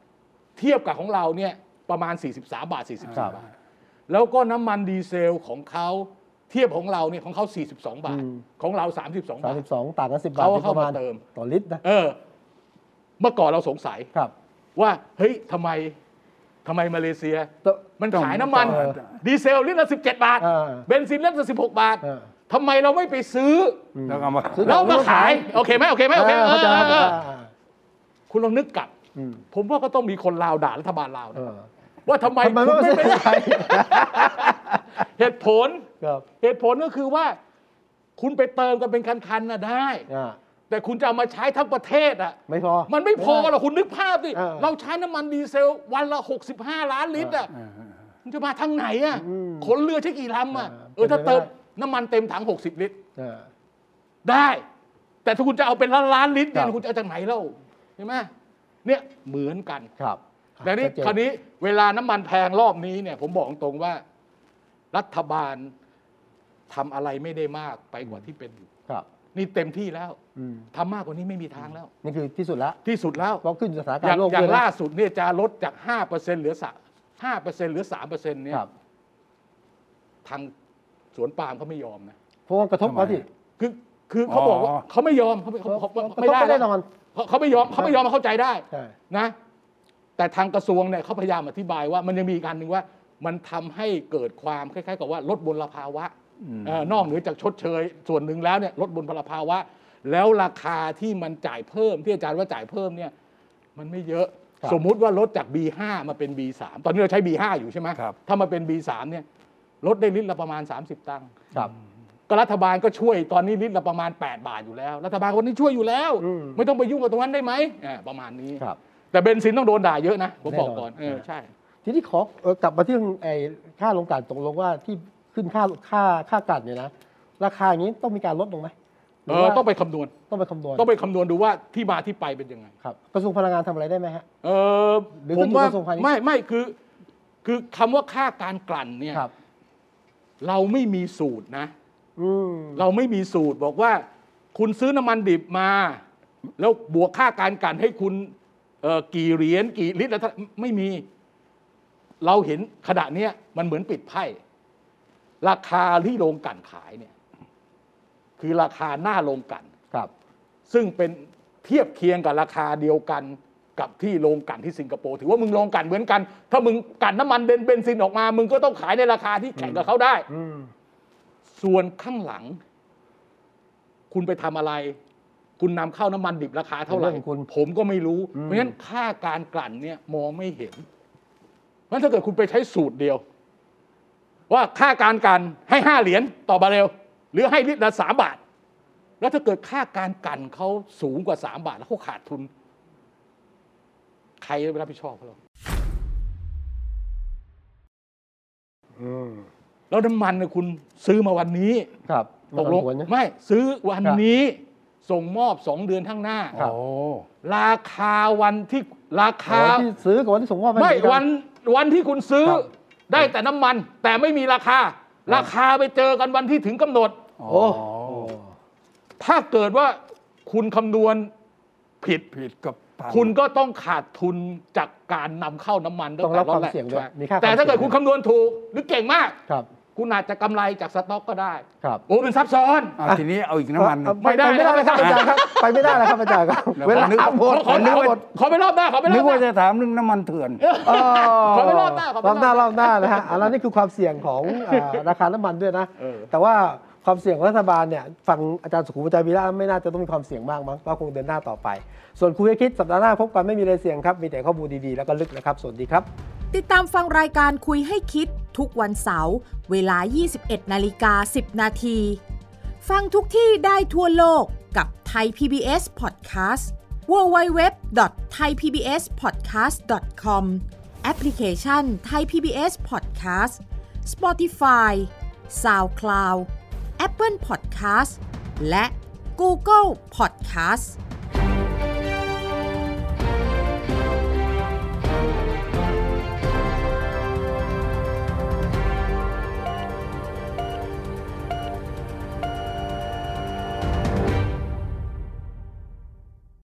S2: เทียบกับของเราเนี่ยประมาณ 43 บาท 44 บาท แล้วก็น้ำมันดีเซลของเขาเทียบของเราเนี่ยของเขา 42 บาท
S1: อืม
S2: ของเรา 32 บาท
S1: 32 ต่างกัน10 บาท
S2: เขาก็
S1: ที่ประมาณ
S2: เข้ามาเติม
S1: ต่อลิตรนะ
S2: เออ เมื่อก่อนเราสงสัย
S1: ครับ
S2: ว่าเฮ้ยทำไมทำไมมาเลเซีย
S1: แต่
S2: มัน
S3: ต้อง
S2: ขายน้ำมัน
S3: เออ
S2: ดีเซลลิตรละ 17 บาท
S1: เออ
S2: เบนซินลิตรละ 16 บาท
S1: เออ
S2: ทำไมเราไม่ไปซื้อ
S1: อืม
S3: แล้วก็มา
S1: ซื้อ
S2: แล้วมาขาย โอเคไหมโอเคไหมโอเค
S1: อ่า
S2: เอ
S1: เข้า
S2: อ
S1: ใจ
S2: เออเออ
S1: อ่า
S2: คุณลองนึกกลับ
S1: อืม
S2: ผมว่าก็ต้องมีคนลาวด่ารัฐบาลลาว
S1: เออ
S2: นะว่าทำไม
S1: ทำไม
S2: คุ
S1: ไม่
S2: ณ
S1: มาซื้อ
S2: ไม่ไป
S1: ของไทย
S2: เหตุผล
S1: ครับ
S2: เหตุผลก็คือว่า คุณไปเติมกันเป็นคันๆน่ะได้
S1: อ่า
S2: แต่คุณจะเอามาใช้ทั้งประเทศอ่ะ
S1: ไม่พอ
S2: มันไม่พอหรอกคุณนึกภาพดิ
S1: เออ
S2: เราใช้น้ำมันดีเซลวันละ 65 ล้านลิตรอ่ะ
S3: เออ
S2: มันจะมาทางไหนอ่ะ
S1: อืม
S2: ขนเรือใช้กี่ลำอ่ะ
S1: อ่า
S2: เออถ้า
S1: เป็นไป
S2: เติม
S1: ได้
S2: น้ำมันเต็มถัง 60 ลิตร
S1: เออ
S2: ได้ แต่ถ้าคุณจะเอาเป็นล้านล้านลิตรเนี่
S1: ครั
S2: ย
S1: บ
S2: คุณจะเอาจากไหนเล่าเห็นไหมเนี่ยเหมือนกัน
S1: ครับ
S2: แต่นี่
S1: ชัดเจ
S2: คราวนี้เวลาน้ำมันแพงรอบนี้เนี่ย ผมบอกตรงๆว่า รัฐบาลทำอะไรไม่ได้มากไปกว่าที่เป็นอยู่
S1: ครับ
S2: นี่เต็มที่แล้ว
S1: อืม
S2: ทำมากกว่านี้ไม่มีทางแล้ว
S1: นี่คือที่สุดละ
S2: ที่สุดแล้ว
S1: เพราะขึ้นสถา
S2: อก
S1: นารง ณ์
S2: ย่า
S1: โลก
S2: อย่าง
S1: ด้วยนะ
S2: ล่าสุดเนี่ยจะลดจาก 5%เหลือสะ5%เหลือ 3%เนี่ย
S1: ครับ
S2: ทางสวนปาล์มเขาไม่ยอมนะ
S1: เพราะว่ากระทบเขาที่
S2: คือคือเขาบอกว่า
S3: อ๋อ
S2: เขาไม่ยอมเขาไม่เขาเขาเขา
S1: กระ
S2: ไม่
S1: ทบ
S2: ได้
S1: ก็
S2: แล้
S1: แน่
S2: วน
S1: อน
S2: เขาเขาไม่ยอมเขาไม่ยอมเข้าใจได้
S1: ใช่
S2: นะ แต่ทางกระทรวงเนี่ยเขาพยายามอธิบายว่ามันยังมีอีกอันหนึ่งว่า มันทำให้เกิดความคล้ายๆ กับว่าลดบนภาวะ
S3: ม
S2: เอ่อนอกเหนือจากชดเชย ส่วนหนึ่งแล้วเนี่ยลดบนภาวะ แล้วราคาที่มันจ่ายเพิ่มที่อาจารย์ว่าจ่ายเพิ่มเนี่ย มันไม่เยอะ
S1: ครับ
S2: สมมุติว่าลดจาก B5 มาเป็น B3 ตอนนี้เราใช้ B5 อยู่ใช่ไหม
S3: ครับ
S2: ถ้ามาเป็น B3 เนี่ยลดได้ลิตรละประมาณ 30 ตังค์
S1: ครับ
S2: ก็รัฐบาลก็ช่วยตอนนี้ลิตรละประมาณ 8 บาทอยู่แล้ว รัฐบาลคนนี้ช่วยอยู่แล้ว
S1: อืม
S2: ไม่ต้องไปยุ่งกับตรงนั้นได้ไหมอ่าประมาณนี้
S1: ครับ
S2: แต่เบนซินต้องโดนด่าเยอะนะ ผมบอกก่อน
S1: แน่นอน
S2: เออใช่
S1: ทีนี้ขอเอ่อกลับมาที่เรื่องไอ้ค่าลงกลั่นตกลงว่าที่ขึ้นค่าค่าค่ากลั่นเนี่ยนะราคาอย่างนี้ต้องมีการลดลงไหมห
S2: เอ
S1: รือ ว่า
S2: ต้องไปคำนวณ
S1: ต้องไปคำนวณ
S2: ต้องไปคำนวณดูว่าที่มาที่ไปเป็นยังไง
S1: ครับกระทรวงพลังงานทำอะไรได้ไหมฮะ
S2: เออ
S1: หรือ
S2: ผมว่า
S1: ขึ้นอยู่กับกระทรวงพาณิชย์
S2: ไม่ไม่คือ คือคำว่าค่าการกลั่นเนี่ย
S1: ครับ
S2: เราไม่มีสูตรนะ
S1: อืม
S2: เราไม่มีสูตรบอกว่า คุณซื้อน้ำมันดิบมา แล้วบวกค่าการกลันให้คุณเอ่อกี่เหรียญกี่ลิตรแล้วถ้าไม่มี เราเห็นขณะเนี้ยมันเหมือนปิดไพ่ราคาที่โรงกลันขายเนี่ย คือราคาหน้าโรงกลัน
S1: ครับ
S2: ซึ่งเป็นเทียบเคียงกับราคาเดียวกันกับที่โรงกลันที่สิงคโปร์ถือว่ามึงโรงกลันเหมือนกัน ถ้ามึงกลันน้ำมันเบนเบนซินออกมา มึงก็ต้องขายในราคาที่แข่งกับเขาได้
S1: อืม
S2: ส่วนข้างหลัง คุณไปทำอะไร คุณนำเข้าน้ำมันดิบราคาเท่าไหร่
S1: ป็นองของคุณ
S2: ผมก็ไม่รู้
S1: อืม
S2: เพราะฉะนั้นค่าการกลั่นเนี่ยมองไม่เห็นเพราะฉะนั้นถ้าเกิดคุณไปใช้สูตรเดียว ว่าค่าการกลั่นให้ห้าเหรียญต่อบาร์เรลหรือให้ลิตรละสามบาท แล้วถ้าเกิดค่าการกลั่นเขาสูงกว่าสามบาท แล้วเขาขาดทุน ใครจะไปรับผิดชอบเขาหรอ
S1: อืม
S2: แล้วน้ำมันเนี่ยคุณซื้อมาวันนี้
S1: ครับ
S2: ตกลง
S1: มันผันผวนนะ
S2: ไม่ซื้อวัน
S1: ครับ
S2: นี้ส่งมอบสองเดือนข้างหน้า
S1: ครับ
S3: โอ้
S2: ราคาวันที่ราคา
S1: วันที่ซื้อกับวันที่ส่งมอบ
S2: ไม่
S1: เหอกั
S2: วันวันที่คุณซื้อ
S1: ครับ
S2: ได้แต่น้ำมัน แต่ไม่มีราคา
S1: ครับ
S2: ราคาไปเจอกันวันที่ถึงกำหนด
S1: โอ้โอ้
S2: ถ้าเกิดว่าคุณคำนวณผิด
S3: ผิดกับพัน
S2: คุณก็ต้องขาดทุนจากการนำเข้าน้ำมันตั้
S1: ต้องรับความ
S2: แก
S1: เสี่ยงด้วย
S2: ใช่
S1: มีค่า
S2: แต่ถ้าเกิด
S1: วมสี่ยง
S2: คุณคำนวณถูกหรือเก่งมาก
S1: ครับ
S2: คุณอาจจะกำไรจากสต็อกก็ได้
S1: ครับ
S2: โอ้เป็นซับซ้อน
S3: อ่ะทีนี้เอาอีกน้ำมันหนึ่ง
S1: ไม่ได้ไม่ได้ครับอาจารย์ครับ ไปไม่ได้แล้วครับอาจารย์ครับ
S3: แล้วผม
S1: เวลา
S3: นึกว่า
S1: หม
S2: ขอ
S1: ด
S2: ขอ
S1: นึก
S2: ขอ
S1: หมด
S2: ขอไปรอบหน้าขอไปร
S3: นึ
S2: อก บห
S3: ว่า
S2: น้า
S3: จะถามเรื่องน้ำมันเถื่อน
S1: เอ
S2: ขอไปรอบหน้าขอไป
S1: ร
S2: ร
S1: อ
S2: อ
S1: บบ ห
S2: ห
S1: น้า
S2: น้าร
S1: อบหน้านะฮะอันนั้นนี่คือความเสี่ยงของ อ่าราคาน้ำมันด้วยนะ
S2: เออ
S1: แต่ว่าความเสี่ยงของรัฐบาลเนี่ยฟังอาจารย์สุขุมวิจารวีระไม่น่าจะต้องมีความเสี่ยงมากมั้งก็คงเดินหน้าต่อไป ส่วนคุยให้คิดสัปดาห์หน้าพบกันไม่มีอะไรเสี่ยงครับมีแต่ข้อมูลดีๆแล้วก็ลึกนะครับสวัสดีครับ
S4: ติดตามฟังรายการคุยให้คิดทุกวันเสาร์เวลา 21 นาฬิกา 10 นาที ฟังทุกที่ได้ทั่วโลกกับ t h a i PBS Podcast www.thaipbspodcast.com แอปพลิเคชัน Thai PBS Podcast Spotify SoundCloud Apple Podcast และ Google Podcast